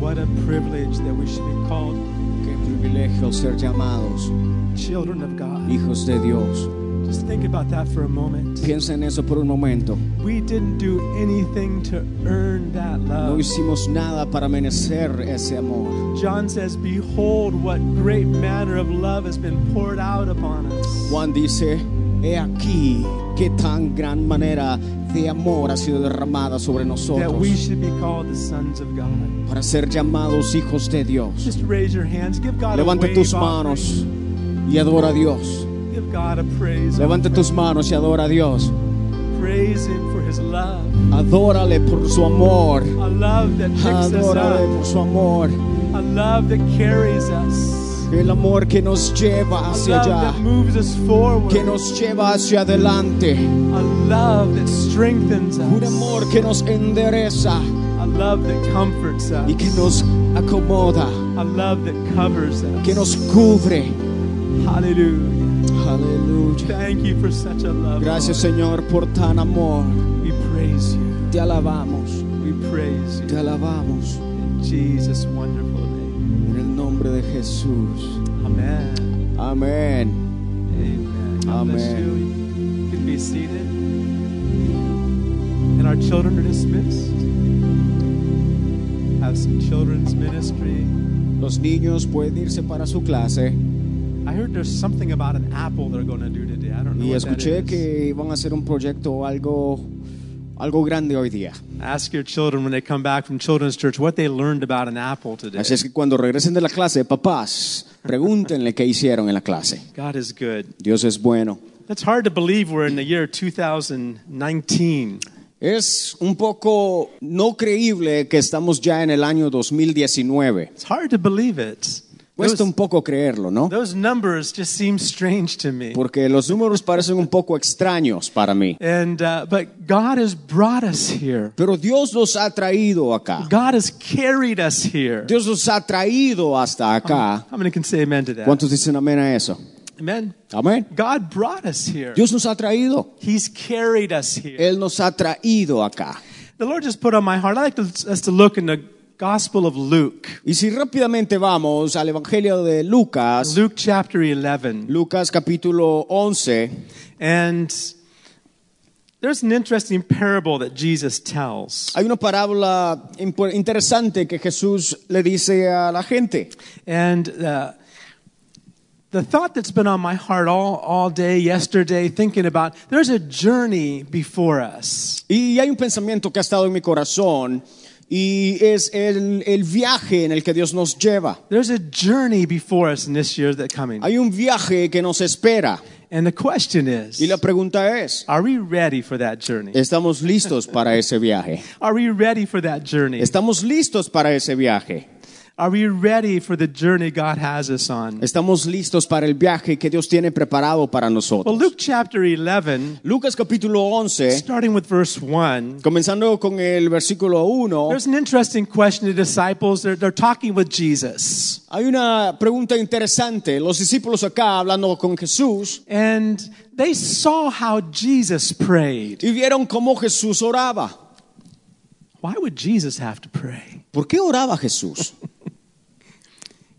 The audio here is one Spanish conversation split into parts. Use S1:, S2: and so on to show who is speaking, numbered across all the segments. S1: What a privilege that we should be called
S2: Qué privilegio ser llamados
S1: children of God.
S2: hijos de Dios.
S1: Just think about that for a moment.
S2: Piensa en eso por un momento.
S1: We didn't do anything to earn that
S2: No
S1: love.
S2: hicimos nada para merecer ese amor.
S1: John says, Behold, what great manner of love has been poured out upon us.
S2: Juan dice, he aquí qué tan gran manera de amor ha sido derramada sobre
S1: That we
S2: nosotros
S1: should be called the sons of God.
S2: para ser llamados hijos de Dios.
S1: Just raise your hands. Give God a
S2: Levanta
S1: wave
S2: tus
S1: offering.
S2: manos y adora a Dios.
S1: Give God a praise.
S2: Levanta tus manos y adora a Dios.
S1: Praise Him for His love.
S2: Adórale por su amor.
S1: A love that picks us
S2: Adórale
S1: up.
S2: por su amor.
S1: A love that carries us.
S2: El amor que nos lleva
S1: A
S2: hacia
S1: love
S2: allá.
S1: that moves us forward.
S2: Que nos lleva hacia adelante.
S1: A love that strengthens us.
S2: Un amor que nos endereza
S1: A love that comforts us.
S2: y que nos acomoda.
S1: A love that covers us.
S2: Que nos cubre.
S1: Hallelujah.
S2: Aleluya.
S1: Thank you for such a love.
S2: Gracias Señor por tan amor.
S1: Lord. We praise you.
S2: Te alabamos.
S1: We praise
S2: Te
S1: you.
S2: alabamos.
S1: In Jesus' wonderful name.
S2: En el nombre de Jesús.
S1: Amen.
S2: Amén.
S1: Amen. God bless
S2: Amen.
S1: you. You can be seated. And our children are dismissed. Have some children's ministry.
S2: Los niños pueden irse para su clase
S1: I heard there's something about an apple they're going to do today. I don't know
S2: y
S1: what that
S2: escuché
S1: is.
S2: que iban a hacer un proyecto algo algo grande hoy día.
S1: Ask your children when they come back from children's church what they learned about an apple today.
S2: Así es que cuando regresen de la clase, papás, pregúntenle qué hicieron en la clase.
S1: God is good.
S2: Dios es bueno.
S1: It's hard to believe we're in the year 2019.
S2: Es un poco no creíble que estamos ya en el año 2019.
S1: It's hard to believe it. Those,
S2: Cuesta un poco creerlo, ¿no?
S1: those numbers just seem strange to me.
S2: Porque los números parecen un poco extraños para mí.
S1: And uh, but God has brought us here.
S2: Pero Dios los ha traído acá.
S1: God has carried us here.
S2: Dios los ha traído hasta acá.
S1: How many can say amen to that?
S2: ¿Cuántos dicen amén a eso?
S1: Amen.
S2: Amén.
S1: God brought us here.
S2: Dios nos ha traído.
S1: He's carried us here.
S2: Él nos ha traído acá.
S1: The Lord just put on my heart. I like to, us to look in the Gospel of Luke.
S2: Y si rápidamente vamos al Evangelio de Lucas,
S1: Luke chapter 11.
S2: Lucas capítulo 11,
S1: And there's an interesting parable that Jesus tells.
S2: hay una parábola impo- interesante que Jesús le dice a la gente.
S1: And uh, the thought that's been on my heart all, all day, yesterday, thinking about there's a journey before us.
S2: Y hay un pensamiento que ha estado en mi corazón y es el, el viaje en el que Dios nos lleva.
S1: There's a journey before us in this year that coming.
S2: Hay un viaje que nos espera
S1: And the question is
S2: y la pregunta es,
S1: are we ready for that journey?
S2: ¿estamos listos para ese viaje?
S1: Are we ready for that journey?
S2: ¿Estamos listos para ese viaje?
S1: Are we ready for the journey God has us on?
S2: Estamos listos para el viaje que Dios tiene preparado para
S1: Well,
S2: nosotros.
S1: Luke chapter 11,
S2: Lucas capítulo 11,
S1: starting with verse 1.
S2: comenzando con el versículo 1,
S1: There's an interesting question to disciples. They're, they're talking with Jesus.
S2: hay una pregunta interesante. Los discípulos acá hablando con Jesús
S1: And they saw how Jesus prayed.
S2: y vieron cómo Jesús oraba.
S1: Why would Jesus have to pray?
S2: ¿Por qué oraba Jesús?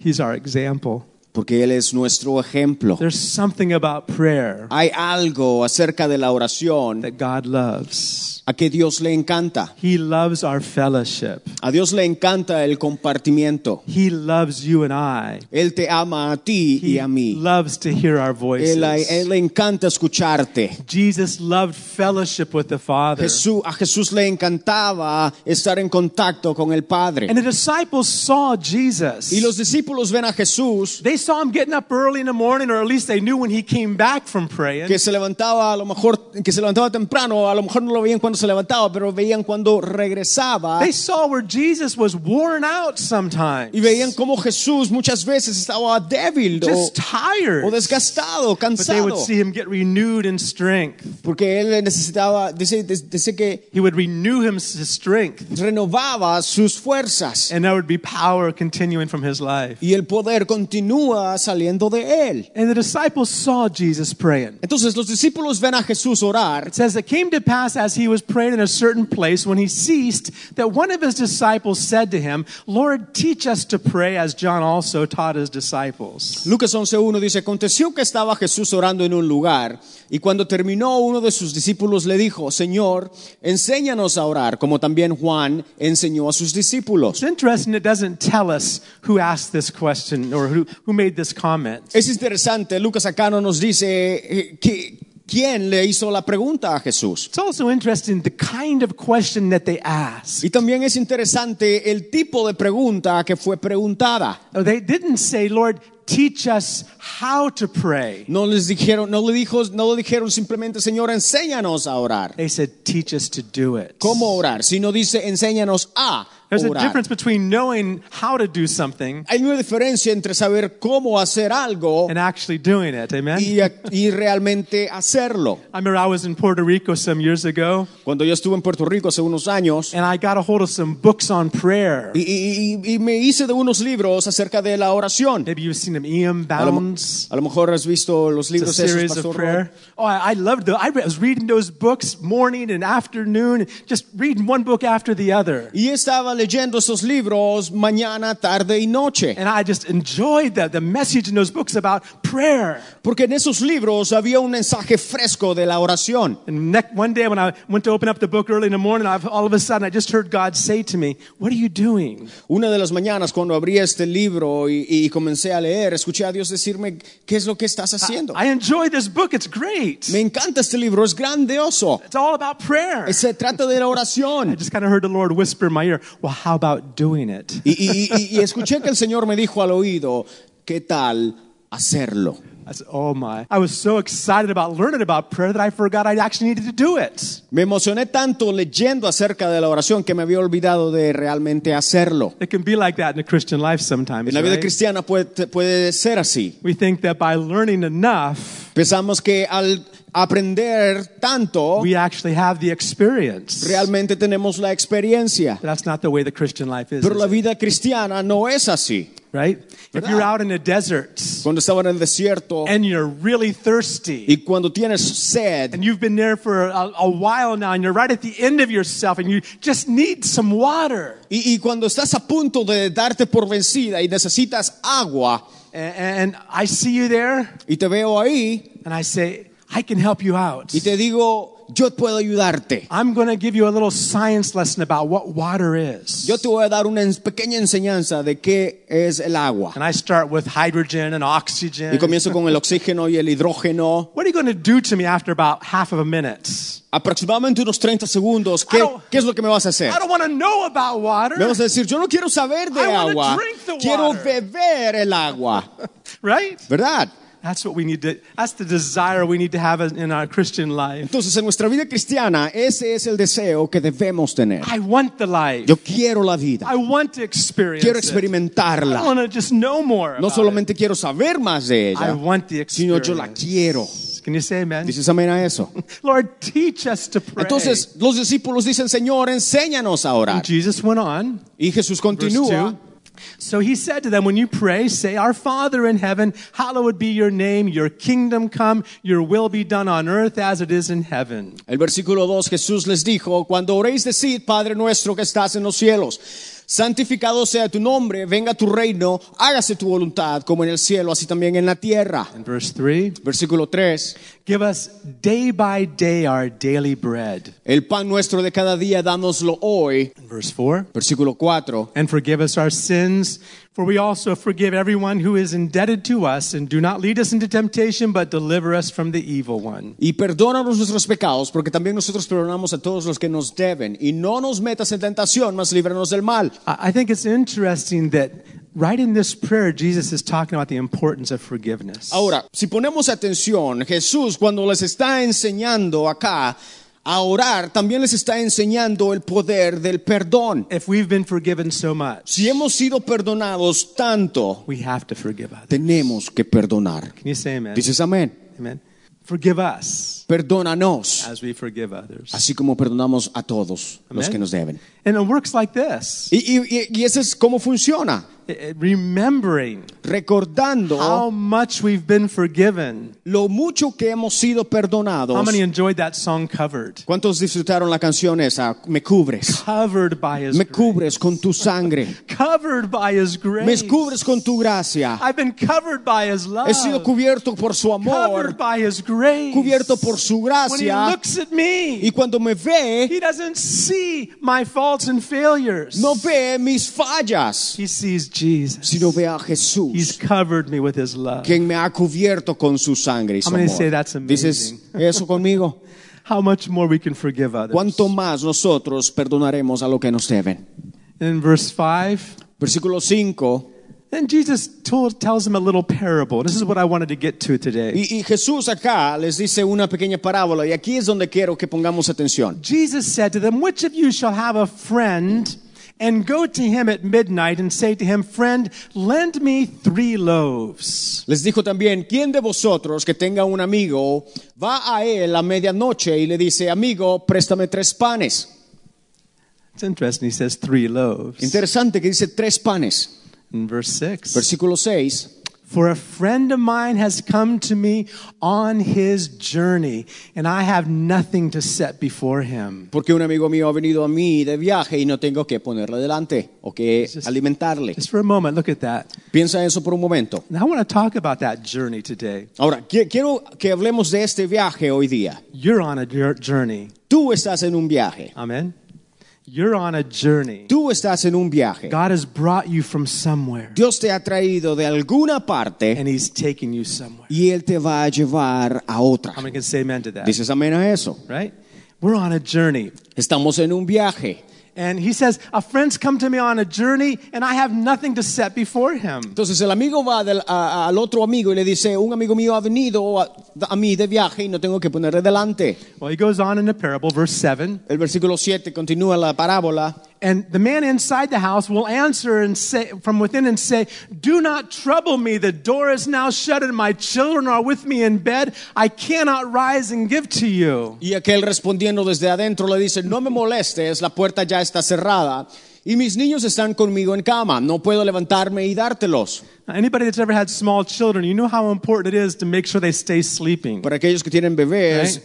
S1: He's our example.
S2: Porque Él es nuestro ejemplo.
S1: There's something about prayer
S2: Hay algo acerca de la oración
S1: that God loves.
S2: a que Dios le encanta.
S1: He loves our fellowship.
S2: A Dios le encanta el compartimiento.
S1: He loves you and I.
S2: Él te ama a ti y
S1: He
S2: a mí.
S1: loves to hear our
S2: Él, él
S1: voices.
S2: le encanta escucharte.
S1: Jesus loved fellowship with the Father.
S2: Jesús, a Jesús le encantaba estar en contacto con el Padre.
S1: And the disciples saw Jesus.
S2: Y los discípulos ven a Jesús
S1: They saw him getting up early in the morning, or at least they knew when he came back from praying.
S2: que se levantaba a lo mejor que se levantaba temprano, a lo mejor no lo veían cuando se levantaba, pero veían cuando regresaba
S1: They saw where Jesus was worn out
S2: y veían
S1: sometimes,
S2: cómo Jesús muchas veces estaba débil o,
S1: just tired.
S2: o desgastado,
S1: But they would
S2: cansado,
S1: see him get renewed in strength.
S2: porque él necesitaba dice, dice que
S1: He would renew him his strength,
S2: renovaba sus fuerzas
S1: and there would be power continuing from his life.
S2: y el poder continúa agua saliendo de él.
S1: And the disciples saw Jesus praying.
S2: Entonces los discípulos ven a Jesús orar
S1: It says, It came to pass as he was praying in a certain place when he ceased that one of his disciples said to him, Lord, teach us to pray as John also taught his disciples.
S2: Lucas 11.1 dice, aconteció que estaba Jesús orando en un lugar y cuando terminó uno de sus discípulos le dijo, Señor, enséñanos a orar, como también Juan enseñó a sus discípulos.
S1: It's interesting, it doesn't tell us who asked this question or who, who made this comment.
S2: Es interesante, Lucas acá no nos dice eh, que- quién le hizo la pregunta a Jesús.
S1: It's also interesting the kind of question that they asked.
S2: Y también es interesante el tipo de pregunta que fue preguntada.
S1: Oh, They didn't say, Lord, teach us how to pray.
S2: No les dijeron, no le dijo, no le dijeron simplemente, Señor, enséñanos a orar.
S1: They said, teach us to do it.
S2: ¿Cómo orar? Si no dice, enséñanos a
S1: There's a
S2: orar.
S1: difference between knowing how to do something
S2: Hay una diferencia entre saber cómo hacer algo
S1: and actually doing it. Amen?
S2: y, y realmente hacerlo.
S1: I remember I was in Puerto Rico some years ago,
S2: Cuando yo estuve en Puerto Rico hace unos años
S1: and I got a hold of some books on prayer.
S2: y, y- y- y me hice de unos libros acerca de la oración.
S1: Maybe you've seen them, E.M.
S2: A lo,
S1: Bounds.
S2: a lo mejor has visto
S1: It's
S2: los
S1: a
S2: libros esos,
S1: series of
S2: Pastor
S1: prayer.
S2: Rod.
S1: Oh, I, I loved those. I re- was reading those books morning and afternoon, just reading one book after the other.
S2: Y estaba leyendo esos libros mañana, tarde y noche.
S1: And I just enjoyed the, the message in those books about prayer.
S2: Porque en esos libros había un mensaje fresco de la oración.
S1: And next, one day when I went to open up the book early in the morning, I've, all of a sudden I just heard God say to me, What are you doing?
S2: Una de las mañanas cuando abrí este libro y, y comencé a leer, escuché a Dios decirme, ¿qué es lo que estás haciendo?
S1: I enjoy this book. It's great.
S2: Me encanta este libro, es grandioso.
S1: It's all about prayer.
S2: Se trata de la
S1: I
S2: oración.
S1: just kind of heard the Lord whisper in my ear, Well, how about doing it?
S2: Y, y- y- y escuché que el Señor me dijo al oído, ¿qué tal hacerlo?
S1: I said, Oh my. I was so excited about learning about prayer that I forgot I actually needed to do it.
S2: Me emocioné tanto leyendo acerca de la oración que me había olvidado de realmente hacerlo.
S1: It can be like that in the Christian life sometimes.
S2: En la vida
S1: right?
S2: cristiana puede, puede ser así.
S1: We think that by learning enough,
S2: Pensamos que al aprender tanto,
S1: we actually have the experience.
S2: realmente tenemos la experiencia.
S1: That's not the way the Christian life is,
S2: Pero la
S1: is it?
S2: vida cristiana no es así.
S1: right? If
S2: ¿Verdad?
S1: you're out in the desert,
S2: Cuando estaba en el desierto
S1: and you're really thirsty
S2: y cuando tienes sed
S1: and you've been there for a, a while now and you're right at the end of yourself and you just need some water
S2: y, y cuando estás a punto de darte por vencida y necesitas agua
S1: and, and i see you there
S2: y te veo ahí
S1: and i say i can help you out
S2: y te digo, yo puedo ayudarte.
S1: i'm going to give you a little science lesson about what water is
S2: Yo te voy a dar una ens- pequeña enseñanza de qué es el agua.
S1: and i start with hydrogen and
S2: Y
S1: oxygen
S2: comienzo con el oxígeno y el hidrógeno.
S1: what are you going to do to me after about half of a minute
S2: Aproximadamente unos 30 segundos. ¿Qué,
S1: don't-
S2: qué es lo que me vas a hacer?
S1: i don't want to know about
S2: Me
S1: water
S2: vas a decir, yo no quiero saber de
S1: I wanna
S2: agua.
S1: drink the
S2: Quiero
S1: water."
S2: beber el agua.
S1: right
S2: ¿Verdad?
S1: that's what we need to that's the desire we need to have in our christian life
S2: Entonces, en nuestra vida cristiana, ese es el deseo que debemos tener.
S1: I want the life.
S2: Yo quiero la vida.
S1: I want to experience
S2: Quiero
S1: it. I
S2: experimentarla.
S1: want to just know more.
S2: No
S1: about
S2: solamente quiero saber más de
S1: it. I
S2: ella,
S1: want the
S2: sino
S1: experience.
S2: yo la quiero.
S1: Can you say amen?
S2: Dices amén a eso.
S1: Lord, teach us to pray.
S2: Entonces, los discípulos dicen, Señor, enséñanos a
S1: And
S2: orar.
S1: Jesus went on.
S2: Y Jesús
S1: Verse
S2: continúa.
S1: 2. So he said to them, When you pray, say, Our Father in heaven, hallowed be your name, your kingdom come, your will be done on earth as it is in heaven.
S2: El versículo 2, Jesús les dijo, cuando oréis decid, Padre nuestro que estás en los cielos, santificado sea tu nombre, venga tu reino, hágase tu voluntad como en el cielo, así también en la tierra.
S1: And verse 3
S2: Versículo 3,
S1: Give us day by day our daily bread.
S2: el pan nuestro de cada día, dánoslo hoy.
S1: And verse 4
S2: Versículo 4,
S1: And forgive us our sins, for we also forgive everyone who is indebted to us, and do not lead us into temptation, but deliver us from the evil one.
S2: Y perdónanos nuestros pecados, porque también nosotros perdonamos a todos los que nos deben. Y no nos metas en tentación, mas líbranos del mal.
S1: I I think it's interesting that right in this prayer, Jesus is talking about the importance of forgiveness.
S2: Ahora, si ponemos atención, Jesús cuando les está enseñando acá a orar, también les está enseñando el poder del perdón.
S1: If we've been forgiven so much,
S2: Si hemos sido perdonados tanto,
S1: we have to forgive others.
S2: tenemos que perdonar.
S1: Can you say amen?
S2: Dices amén.
S1: Amen. Forgive us
S2: Perdónanos,
S1: as we forgive others.
S2: así como perdonamos a todos los
S1: Amén.
S2: que nos deben.
S1: And it works like this.
S2: Y, y- y- y eso es cómo funciona.
S1: eh, remembering how
S2: recordando
S1: much we've been forgiven.
S2: lo mucho que hemos sido
S1: How
S2: perdonados.
S1: many enjoyed that song covered?
S2: ¿Cuántos disfrutaron la canción esa? Me cubres,
S1: Covered by His
S2: me
S1: grace.
S2: cubres con tu sangre,
S1: Covered by His
S2: me
S1: grace.
S2: cubres con tu gracia.
S1: I've been covered by His love.
S2: He sido cubierto por su amor,
S1: covered by His grace.
S2: cubierto por su
S1: when He
S2: gracia.
S1: looks at me,
S2: Y cuando me ve,
S1: He doesn't see my faults and failures.
S2: no ve mis fallas,
S1: He sees Jesus.
S2: sino ve a
S1: He's
S2: Jesús,
S1: covered me with His love.
S2: quien me ha cubierto con su sangre y su
S1: How many say
S2: amor.
S1: that's amazing?
S2: Dices eso conmigo.
S1: How much more we can forgive others.
S2: ¿Cuánto más nosotros perdonaremos a lo que nos deben?
S1: And in verse 5,
S2: Versículo 5.
S1: then Jesus told, tells him a little parable. This is what I wanted to get to today.
S2: Y, y Jesús acá les dice una pequeña parábola y aquí es donde quiero que pongamos atención.
S1: Jesus said to them, Which of you shall have a friend and go to him at midnight and say to him, Friend, lend me three loaves?
S2: Les dijo también, ¿quién de vosotros que tenga un amigo va a él a medianoche y le dice, amigo, préstame tres panes?
S1: It's interesting. He says three loaves.
S2: Interesante que dice tres panes.
S1: In verse 6,
S2: Versículo 6.
S1: For a friend of mine has come to me on his journey, and I have nothing to set before him.
S2: Porque un amigo mío ha venido a mí de viaje y no tengo que ponerle delante o que
S1: Just-
S2: alimentarle.
S1: Just for a moment, look at that.
S2: Piensa eso por un momento.
S1: And I want to talk about that journey today.
S2: Ahora, qui- quiero que hablemos de este viaje hoy día.
S1: You're on a jour- journey.
S2: Tú estás en un viaje.
S1: Amen. You're on a journey.
S2: Tú estás en un viaje.
S1: God has brought you from somewhere,
S2: Dios te ha traído de alguna parte
S1: and He's taking you somewhere.
S2: y Él te va a llevar a otra.
S1: How many can say amen to that?
S2: Dices amén a eso.
S1: Right? We're on a journey.
S2: Estamos en un viaje.
S1: And He says, A friend's come to me on a journey, and I have nothing to set before him.
S2: Entonces el amigo va del- a- a- al otro amigo y le dice, un amigo mío ha venido a, a mí de viaje y no tengo que ponerle delante.
S1: Well, He goes on in the parable, verse 7.
S2: El versículo 7 continúa la parábola.
S1: And the man inside the house will answer and say, from within and say, Do not trouble me. The door is now shut, and my children are with me in bed. I cannot rise and give to you.
S2: Y aquel respondiendo desde adentro le dice, no me molestes, la puerta ya está cerrada y mis niños están conmigo en cama, no puedo levantarme y dártelos.
S1: Now, anybody that's ever had small children, you know how important it is to make sure they stay sleeping.
S2: Para aquellos que tienen bebés,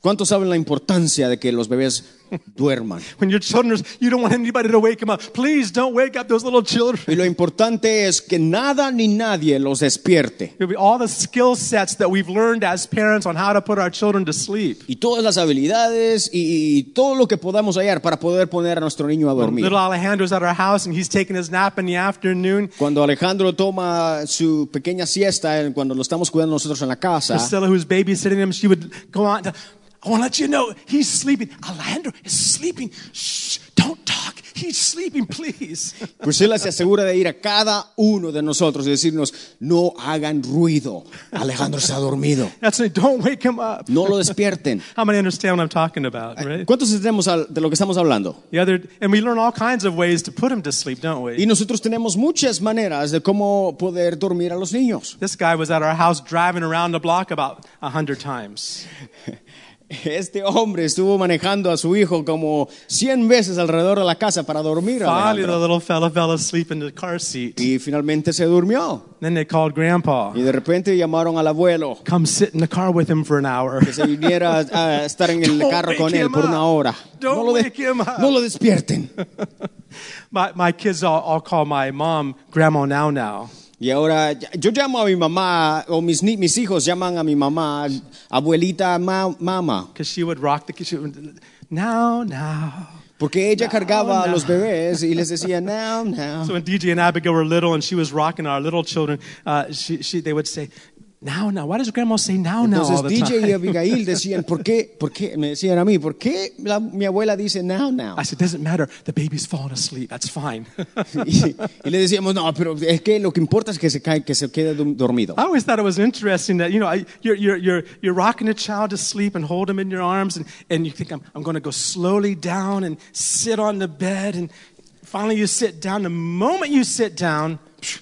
S2: ¿cuántos saben la importancia de que los bebés duerman?
S1: When your children, are, you don't want anybody to wake them up. Please don't wake up those little children.
S2: Y lo importante es que nada ni nadie los despierte.
S1: It'll be All the skill sets that we've learned as parents on how to put our children to sleep.
S2: Y todas las habilidades y, y todo lo que podamos hallar para poder poner a nuestro niño a dormir.
S1: Little Alejandro's at our house, and he's taking his nap in the afternoon.
S2: Cuando Alejandro toma su pequeña siesta, eh, cuando lo estamos cuidando nosotros en la casa,
S1: Priscilla, who's babysitting him, she would go on to, I want to let you know he's sleeping. Alejandro is sleeping. Shh, don't talk. He's sleeping, please.
S2: Priscila pues se asegura de ir a cada uno de nosotros y decirnos, no hagan ruido, Alejandro está dormido,
S1: That's it. Don't wake him up.
S2: no lo despierten.
S1: How many understand what I'm talking about, right?
S2: ¿Cuántos entendemos al- de lo que estamos hablando?
S1: The other, and we learn all kinds of ways to put him to sleep, don't
S2: Y
S1: we?
S2: nosotros tenemos muchas maneras de cómo poder dormir a los niños.
S1: This guy was at our house driving around the block about a hundred times.
S2: Este hombre estuvo manejando a su hijo como 100 veces alrededor de la casa para dormir. a
S1: Finally, the
S2: Alejandro.
S1: little fella fell asleep in the car seat.
S2: Y finalmente se durmió.
S1: Then they called Grandpa.
S2: Y de repente llamaron al abuelo
S1: Come sit in the car with him for an hour.
S2: que se viniera a estar en el
S1: Don't
S2: carro
S1: wake
S2: con él
S1: him
S2: por una
S1: up.
S2: hora.
S1: Don't
S2: No lo, de-
S1: wake him up.
S2: no lo despierten.
S1: My, my kids all, all call my mom Grandma Now Now.
S2: Y ahora ya- yo llamo a mi mamá, o mis, ni- mis hijos llaman a mi mamá, abuelita, ma- mamá,
S1: because she would rock the she would, now now.
S2: porque ella cargaba a
S1: no.
S2: los bebés y les decía, no, no.
S1: So when DJ and Abigail were little and she was rocking our little children, uh, she, she, they would say, now now. Why does Grandma say now now all
S2: Entonces
S1: the
S2: DJ y
S1: time?
S2: Abigail decían, ¿por qué? ¿Por qué? Me decían a mí, ¿por qué la- mi abuela dice now, now?
S1: I said, doesn't matter. The baby's falling asleep. That's fine.
S2: Y, y le decíamos, no, pero es que lo que importa es que se, cae, que se quede du- dormido.
S1: I always thought it was interesting that you know I, you're, you're, you're, you're rocking a child to sleep and hold him in your arms and, and you think I'm, I'm going to go slowly down and sit on the bed and finally you sit down. The moment you sit down,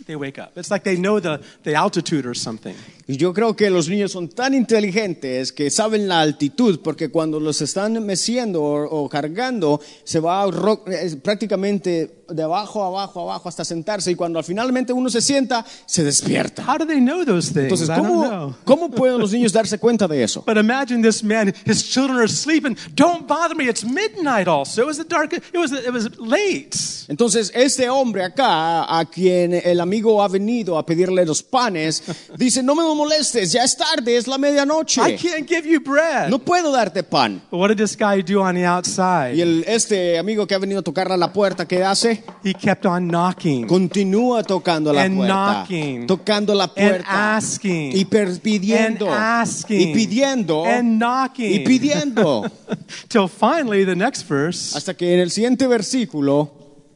S1: They wake up. It's like they know the, the altitude or something.
S2: Y yo creo que los niños son tan inteligentes que saben la altitud, porque cuando los están meciendo o, o cargando, se va ro- eh, prácticamente de abajo, abajo, abajo hasta sentarse. Y cuando finalmente uno se sienta, se despierta.
S1: How do they know those things?
S2: Entonces,
S1: I don't know.
S2: ¿cómo, ¿cómo pueden los niños darse cuenta de eso?
S1: But imagine this man, his children are sleeping. Don't bother me. It's midnight also. It was the dark, it was, it was late.
S2: Entonces, este hombre acá, a quien el amigo ha venido a pedirle los panes, dice, no me molestes, ya es tarde, es la
S1: I
S2: medianoche.
S1: can't give you bread.
S2: No puedo darte pan.
S1: But what did this guy do on the
S2: Y
S1: outside?
S2: el, este amigo que ha venido a tocar a la puerta, ¿qué hace?
S1: He kept on knocking
S2: Continúa tocando la
S1: And
S2: puerta.
S1: knocking.
S2: Tocando la
S1: and
S2: puerta.
S1: asking
S2: Y per-
S1: and
S2: pidiendo.
S1: asking
S2: Y pidiendo.
S1: and knocking
S2: Y pidiendo.
S1: till finally the next verse,
S2: Hasta que en el siguiente versículo,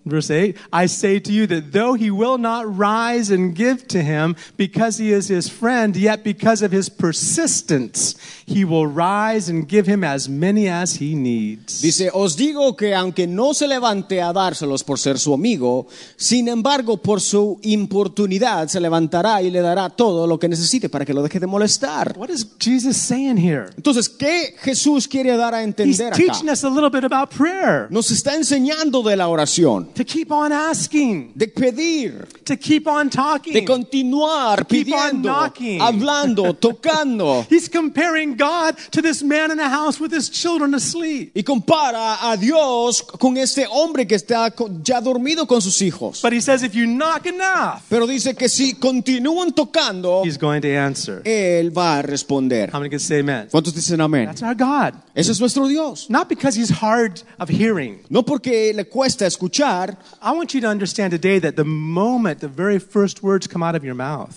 S1: verse 8, I say to you that though he will not rise and give to him because he is his friend, yet because of his persistence, he will rise and give him as many as he needs.
S2: dice, os digo que aunque no se levante a dárselos por ser su amigo, sin embargo por su importunidad se levantará y le dará todo lo que necesite para que lo deje de molestar.
S1: What is Jesus saying here?
S2: Entonces, ¿qué Jesús quiere dar a
S1: He's
S2: entender acá?
S1: teaching us a little bit about prayer.
S2: Nos está enseñando de la oración,
S1: To keep on asking,
S2: de pedir,
S1: to keep on talking.
S2: de continuar
S1: Keep on
S2: pidiendo,
S1: knocking.
S2: hablando, tocando.
S1: He's comparing God to this man in the house with his children asleep.
S2: Y compara a Dios con este hombre que está co- ya dormido con sus hijos.
S1: But he says, if you knock enough,
S2: Pero dice que si continúan tocando,
S1: he's going to answer.
S2: Él va a responder.
S1: How many can say amen?
S2: ¿Cuántos dicen amén?
S1: That's our God.
S2: Ese es nuestro Dios.
S1: Not because he's hard of hearing.
S2: No porque le cuesta escuchar.
S1: I want you to understand today that the moment the very first words come out of your mouth,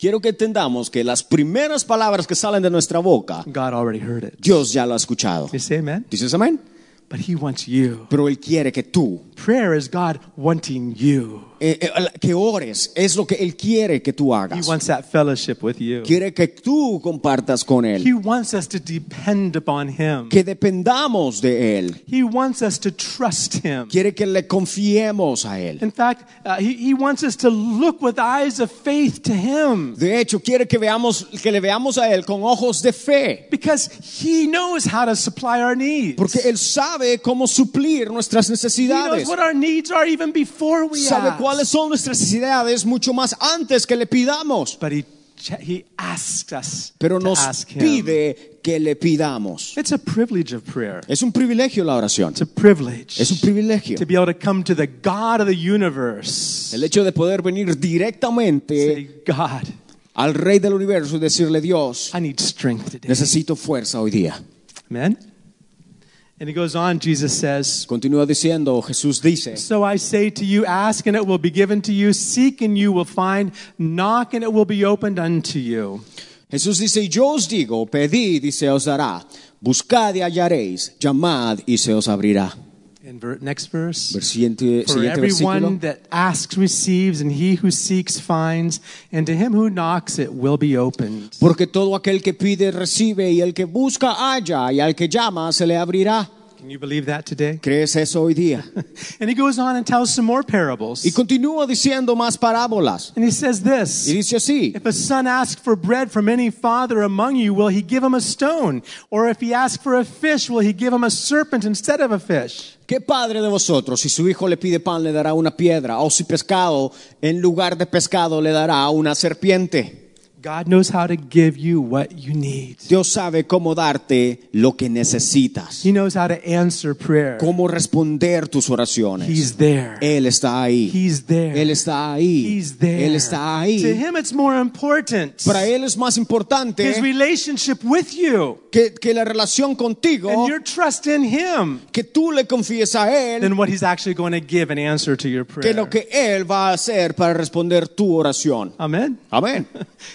S2: Quiero que entendamos que las primeras palabras que salen de nuestra boca,
S1: God already heard it.
S2: Dios ya lo ha escuchado.
S1: You say amen?
S2: ¿Dices amén?
S1: But he wants you.
S2: Pero Él quiere que tú
S1: Prayer is God wanting you.
S2: Eh, eh, la- que ores es lo que Él quiere que tú
S1: He
S2: hagas.
S1: wants that fellowship with you.
S2: Quiere que tú compartas con Él,
S1: He wants us to depend upon him.
S2: que dependamos de Él,
S1: He wants us to trust him.
S2: quiere que le confiemos a Él.
S1: In fact, uh, he, he wants us to look with eyes of faith to him
S2: De hecho, quiere que, veamos, que le veamos a Él con ojos de fe,
S1: because he knows how to supply our needs.
S2: porque Él sabe cómo suplir nuestras
S1: he knows
S2: necesidades.
S1: what our needs are even before we
S2: Sabe
S1: ask.
S2: cuáles son nuestras necesidades mucho más antes que le pidamos,
S1: But he, ch- he asks us
S2: pero
S1: to
S2: nos
S1: ask him.
S2: pide que le pidamos.
S1: It's a privilege of prayer.
S2: Es un privilegio la oración,
S1: It's a privilege
S2: es un privilegio.
S1: to be able to come to the God of the universe.
S2: El hecho de poder venir directamente
S1: Say, God,
S2: al rey del universo y decirle, Dios,
S1: I need strength today.
S2: necesito fuerza hoy día.
S1: Amen? And he goes on, Jesus says,
S2: Continúa diciendo, Jesús dice,
S1: So I say to you, ask and it will be given to you, seek and you will find, knock and it will be opened unto you.
S2: Jesús dice, y yo os digo, pedid y se os dará, buscad y hallaréis, llamad y se os abrirá.
S1: And ver- next verse.
S2: Vers- Siguiente,
S1: For
S2: siguiente
S1: everyone
S2: versículo.
S1: that asks receives, and he who seeks finds, and to him who knocks it will be opened.
S2: Porque todo aquel que pide recibe y el que busca halla y al que llama se le abrirá.
S1: Can you believe that today?
S2: ¿Crees eso hoy día?
S1: And he goes on and tells some more
S2: Y
S1: parables.
S2: continúa diciendo más parábolas.
S1: And he says
S2: Y
S1: this.
S2: dice así,
S1: If a son asks for bread from any father among you, will he give him a stone? Or if he asks for a fish, will he give him a serpent instead of a fish?
S2: ¿Qué padre de vosotros, si su hijo le pide pan, le dará una piedra? ¿O si pescado, en lugar de pescado, le dará una serpiente?
S1: God knows how to give you what you need.
S2: Dios sabe cómo darte lo que necesitas,
S1: He knows how to answer prayer.
S2: cómo responder tus oraciones.
S1: He's there.
S2: Él está ahí,
S1: He's there.
S2: Él está ahí,
S1: He's there.
S2: Él está
S1: To
S2: ahí.
S1: him, it's more important.
S2: Para Él eh, es más
S1: His
S2: importante
S1: relationship with you
S2: que, que la relación contigo,
S1: and your trust in him
S2: que tú le confíes a Él,
S1: than what he's actually going to give an answer to your
S2: que
S1: prayer.
S2: lo que Él va a hacer para responder tu oración.
S1: Amen.
S2: Amén.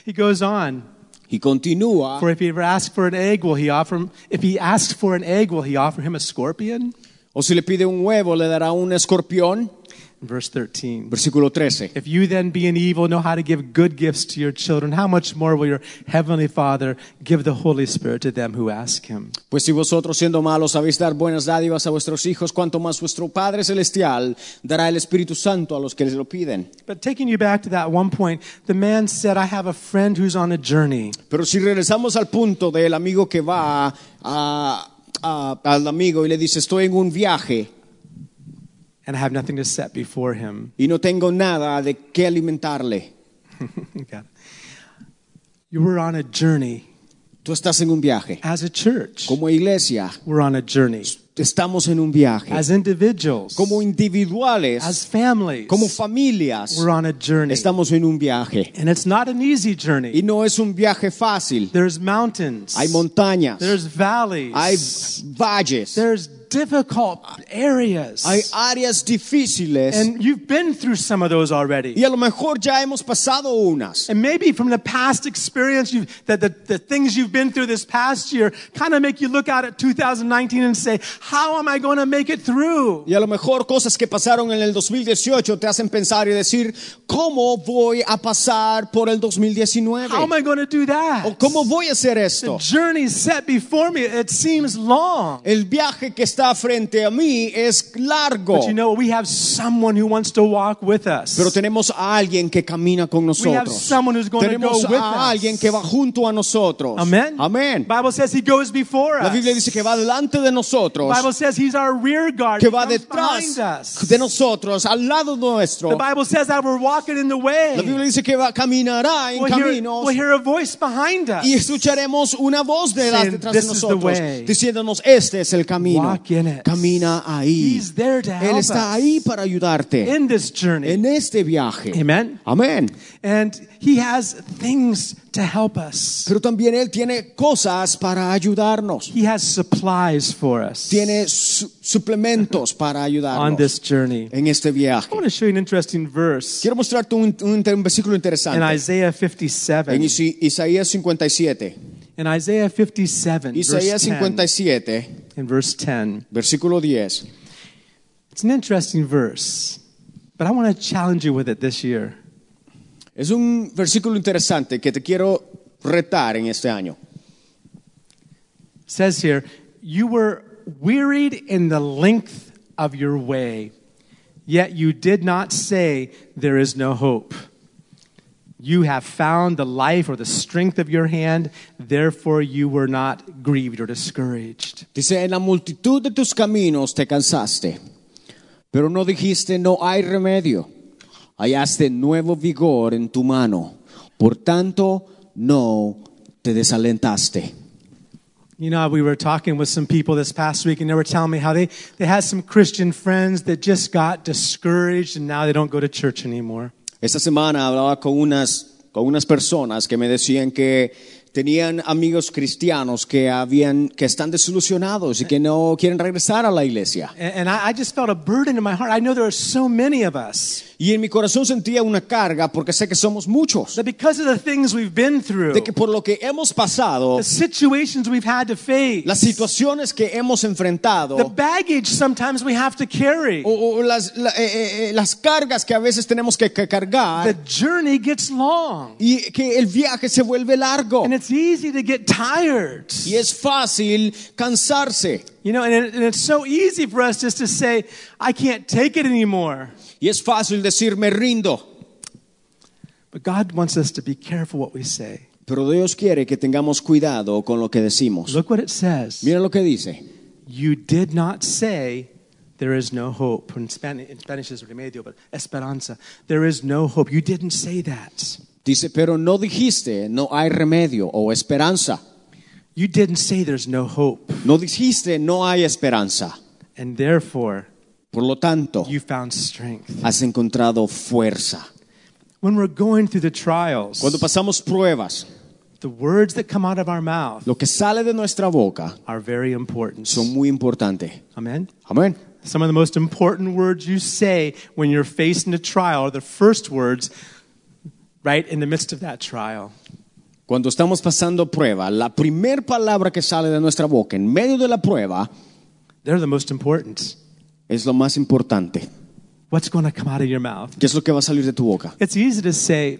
S1: He goes on.
S2: Y continúa.
S1: For if he ever asks for an egg, will he offer him? If he asks for an egg, will he offer him a scorpion?
S2: O si le pide un huevo, le dará un escorpión.
S1: Verse 13.
S2: Versículo 13.
S1: If you then, being evil, know how to give good gifts to your children, how much more will your heavenly Father give the Holy Spirit to them who ask him?
S2: Pues si vosotros siendo malos sabéis dar buenas dádivas a vuestros hijos, cuanto más vuestro Padre Celestial dará el Espíritu Santo a los que les lo piden.
S1: But taking you back to that one point, the man said, I have a friend who's on a journey.
S2: Pero si regresamos al punto del amigo que va a- a- al amigo y le dice, estoy en un viaje
S1: and I have nothing to set before him.
S2: y no tengo nada de qué alimentarle.
S1: You got it. You were on a journey
S2: Tú estás en un viaje.
S1: as a church.
S2: Como iglesia,
S1: We're on a journey
S2: estamos en un viaje.
S1: as individuals,
S2: Como individuales,
S1: as families.
S2: como familias,
S1: We're on a journey,
S2: estamos en un viaje.
S1: and it's not an easy
S2: Y
S1: journey.
S2: no es un viaje fácil.
S1: There's mountains.
S2: Hay montañas,
S1: There's
S2: hay
S1: valleys.
S2: valles,
S1: There's difficult areas.
S2: hay áreas difíciles.
S1: And you've been through some of those already.
S2: Y a lo mejor ya hemos pasado unas.
S1: And maybe from the past experience, you've, that the, the things you've been through this past year kind of make you look out at 2019 and say, how am I going to make it through?
S2: Y a lo mejor cosas que pasaron en el 2018 te hacen pensar y decir, ¿cómo voy a pasar por el
S1: How am
S2: 2019?
S1: I going to do that?
S2: ¿O cómo voy a hacer
S1: The
S2: esto?
S1: journey set before me, it seems long.
S2: El viaje que está frente a mí es largo,
S1: But you know, we have someone who wants to walk with us.
S2: pero tenemos a alguien que camina con
S1: We have
S2: nosotros.
S1: someone who's going to go
S2: Tenemos
S1: with
S2: a alguien que va
S1: us.
S2: junto a nosotros.
S1: Amen.
S2: Amén.
S1: Bible says he goes before us.
S2: La Biblia dice que va delante de nosotros,
S1: Bible says he's our rear guard.
S2: que
S1: He
S2: va
S1: comes
S2: detrás
S1: behind us.
S2: de nosotros, al lado
S1: The
S2: nuestro.
S1: Bible says that we're walking in the way.
S2: La Biblia dice que va, caminará en
S1: we'll, hear,
S2: caminos
S1: we'll hear a voice behind us.
S2: y escucharemos una voz de la-
S1: Saying,
S2: detrás de
S1: "This is the
S2: nosotros
S1: way.
S2: diciéndonos, este es el camino.
S1: Walk in it.
S2: Camina ahí.
S1: He's there to help
S2: Él está
S1: us.
S2: ahí para ayudarte
S1: in this journey.
S2: en este viaje.
S1: Amen.
S2: Amén.
S1: and he has things to help us.
S2: Pero también Él tiene cosas para ayudarnos.
S1: He has supplies for us
S2: Tiene su- suplementos para
S1: on
S2: ayudarnos
S1: this journey.
S2: en este
S1: I
S2: viaje.
S1: want to show you an interesting verse
S2: Quiero mostrarte un, un- un versículo
S1: in
S2: interesante.
S1: Isaiah
S2: En
S1: 57.
S2: Isi- Isaías 57.
S1: In Isaiah 57, verse
S2: Isaías
S1: 10,
S2: 57,
S1: in verse 10.
S2: versículo 10.
S1: It's an interesting verse, but I want to challenge you with it this year.
S2: Es un versículo interesante que te quiero retar en este año.
S1: It says here, You were wearied in the length of your way, yet you did not say, There is no hope. You have found the life or the strength of your hand, therefore you were not grieved or discouraged.
S2: Dice, en la multitud de tus caminos te cansaste, pero no dijiste, no hay remedio. Hallaste nuevo vigor en tu mano, por tanto, no te desalentaste.
S1: You know, we were talking with some people this past week, and they were telling me how they, they had some Christian friends that just got discouraged and now they don't go to church anymore.
S2: Esta semana hablaba con unas, con unas personas que me decían que tenían amigos cristianos que, habían, que están desilusionados y que no quieren regresar a la iglesia.
S1: And, and I, I just felt a burden in my heart. I know there are so many of us.
S2: Y en mi corazón sentía una carga porque sé que somos muchos.
S1: that because of the things we've been through,
S2: De que por lo que hemos pasado,
S1: the situations we've had to face,
S2: las situaciones que hemos
S1: the
S2: enfrentado,
S1: baggage sometimes we have to carry,
S2: o, o las, la- eh, eh, eh, las cargas que a veces tenemos que, que
S1: the
S2: cargar,
S1: journey gets long.
S2: y que el viaje se vuelve largo.
S1: And it's easy to get tired.
S2: Y es fácil cansarse.
S1: You know, and, it- and it's so easy for us just to say, I can't take it anymore.
S2: Y es fácil decir, me rindo.
S1: But God wants us to be careful what we say.
S2: Pero Dios quiere que tengamos cuidado con lo que decimos.
S1: Look what it says.
S2: Mira lo que dice.
S1: You did not say, There is no hope. In Spanish, in Spanish is remedio, but esperanza. There is no hope. You didn't say that.
S2: Dice, pero no dijiste, no hay remedio o esperanza.
S1: You didn't say there's no hope.
S2: No dijiste, no hay esperanza.
S1: And therefore,
S2: Por lo tanto,
S1: you found strength.
S2: has encontrado fuerza.
S1: When we're going through the trials,
S2: Cuando pasamos pruebas,
S1: the words that come out of our mouth
S2: lo que sale de nuestra boca
S1: are very important.
S2: son muy importantes.
S1: Amen.
S2: Amén.
S1: Some of the most important words you say when you're facing a trial are the first words right in the midst of that trial.
S2: Cuando estamos pasando prueba, la primera palabra que sale de nuestra boca en medio de la prueba
S1: They're the most important.
S2: es lo más importante.
S1: what's going to come out of your mouth.
S2: ¿Qué es lo que va a salir de tu boca?
S1: It's easy to say,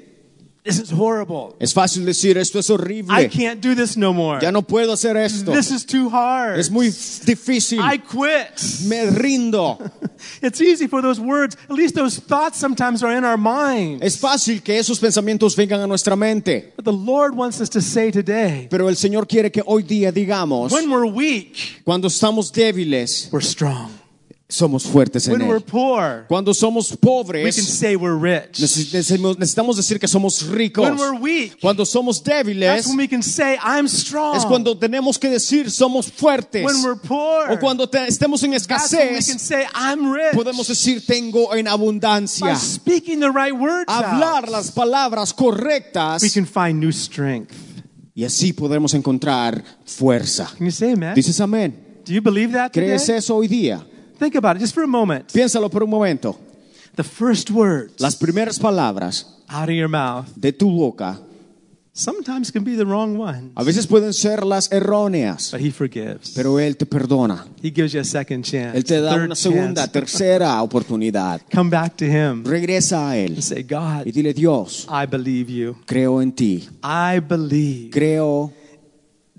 S1: This is horrible.
S2: Es fácil decir, esto es
S1: I
S2: horrible.
S1: can't do this no more.
S2: Ya no puedo hacer esto.
S1: This is too hard.
S2: Es muy difícil.
S1: I quit.
S2: Me rindo.
S1: It's easy for those words, at least those thoughts sometimes are in our mind.
S2: Es fácil que esos pensamientos vengan a nuestra mente.
S1: But the Lord wants us to say today
S2: Pero el Señor quiere que hoy día digamos,
S1: when we're weak,
S2: cuando estamos débiles,
S1: we're strong.
S2: somos fuertes en
S1: When we're
S2: Él.
S1: poor,
S2: Cuando somos
S1: we can
S2: pobres,
S1: say we're rich.
S2: neces- necesitamos necesitamos decir que somos ricos.
S1: When we're weak,
S2: Cuando somos débiles,
S1: that's when we can say, I'm strong.
S2: es cuando tenemos que decir somos fuertes.
S1: When we're poor,
S2: O cuando te- estemos en
S1: that's when we can
S2: escasez,
S1: say, I'm rich.
S2: podemos decir tengo en
S1: By
S2: abundancia.
S1: speaking the right words, out,
S2: Hablar las palabras correctas
S1: we can find new strength.
S2: y así podremos encontrar fuerza.
S1: Can you say amen?
S2: Dices amén.
S1: Do you believe that today?
S2: ¿Crees eso hoy día?
S1: Think about it just for a moment.
S2: Piénsalo por un momento.
S1: The first words
S2: Las primeras palabras
S1: out of your mouth
S2: de tu boca
S1: sometimes can be the wrong one.
S2: a veces pueden ser las erróneas,
S1: But he forgives.
S2: pero Él te perdona.
S1: He gives you a second chance.
S2: Él te da
S1: third
S2: una segunda,
S1: chance.
S2: tercera oportunidad.
S1: Come back to him
S2: Regresa a Él
S1: and say,
S2: y
S1: God,
S2: dile, Dios,
S1: I believe you.
S2: creo en ti.
S1: I believe
S2: Creo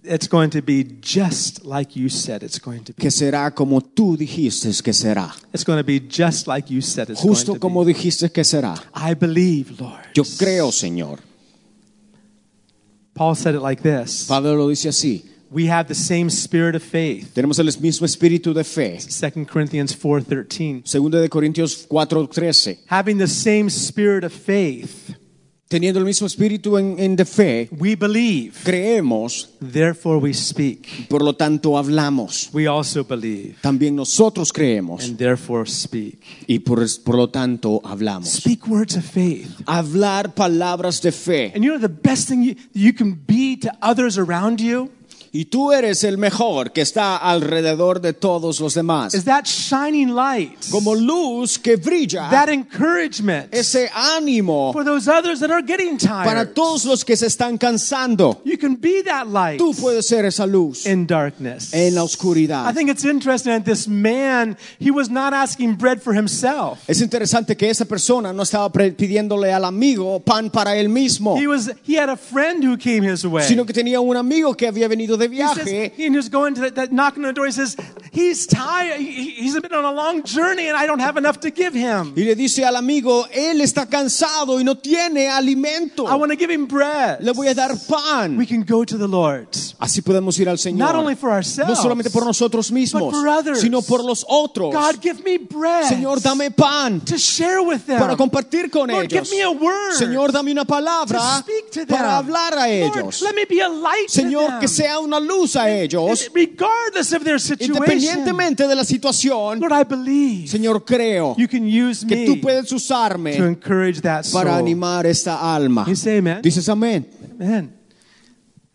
S1: it's going to be just like you said it's going to be.
S2: que será como tú dijiste que será.
S1: It's going to be just like you said it's
S2: Justo
S1: going to
S2: como
S1: be.
S2: dijiste que será.
S1: I believe, Lord.
S2: Yo creo, Señor.
S1: Paul said it like this.
S2: Pablo lo dice así.
S1: We have the same spirit of faith.
S2: Tenemos el mismo espíritu de fe.
S1: 2 Corinthians 4:13.
S2: Segunda de Corintios 4:13.
S1: Having the same spirit of faith,
S2: Teniendo el mismo espíritu en, en de fe,
S1: we believe,
S2: creemos,
S1: therefore we speak.
S2: por lo tanto hablamos.
S1: We also believe
S2: También nosotros creemos
S1: and therefore speak.
S2: y por, por lo tanto hablamos.
S1: Speak words of faith.
S2: Hablar palabras de fe.
S1: And you know the best thing you, you can be to others around you
S2: Y tú eres el mejor que está alrededor de todos los demás.
S1: is that shining light,
S2: Como luz que brilla,
S1: that encouragement
S2: ese ánimo
S1: for those others that are getting
S2: para
S1: tired.
S2: todos los que se están cansando.
S1: You can be that light
S2: Tú puedes ser esa luz
S1: in darkness.
S2: en la
S1: I
S2: oscuridad.
S1: think it's interesting that this man, he was not asking bread for himself.
S2: Es interesante que esa persona no estaba pre- pidiéndole al amigo pan para él mismo,
S1: He was he had a friend who came his way.
S2: sino que tenía un amigo que había venido de
S1: He says,
S2: viaje
S1: and he was going to that, that knocking on the door. He says, He's tired. He- he- He's been on a long journey and I don't have enough to give him.
S2: y le dice al amigo, él está cansado y no tiene alimento,
S1: I want to give him bread.
S2: le voy a dar
S1: Ah, We
S2: pan.
S1: can go to the Lord.
S2: Así podemos ir al Señor,
S1: Not only for
S2: no
S1: ourselves,
S2: solamente por nosotros mismos,
S1: but for others.
S2: sino por los otros.
S1: God, give me bread
S2: Señor, dame pan
S1: to share with them.
S2: para compartir con
S1: Lord,
S2: ellos.
S1: give me a word
S2: Señor, dame una
S1: to
S2: palabra
S1: speak to them.
S2: para hablar a
S1: Lord,
S2: ellos.
S1: let me be a light to
S2: Señor,
S1: them.
S2: que sea una luz a ellos,
S1: regardless of their situation.
S2: independientemente de la situación.
S1: Lord, I believe
S2: Señor, creo
S1: you can use
S2: que
S1: me
S2: tú puedes
S1: to
S2: usarme
S1: encourage that soul.
S2: para animar esta alma.
S1: You say amen?
S2: Dices amén.
S1: Amen.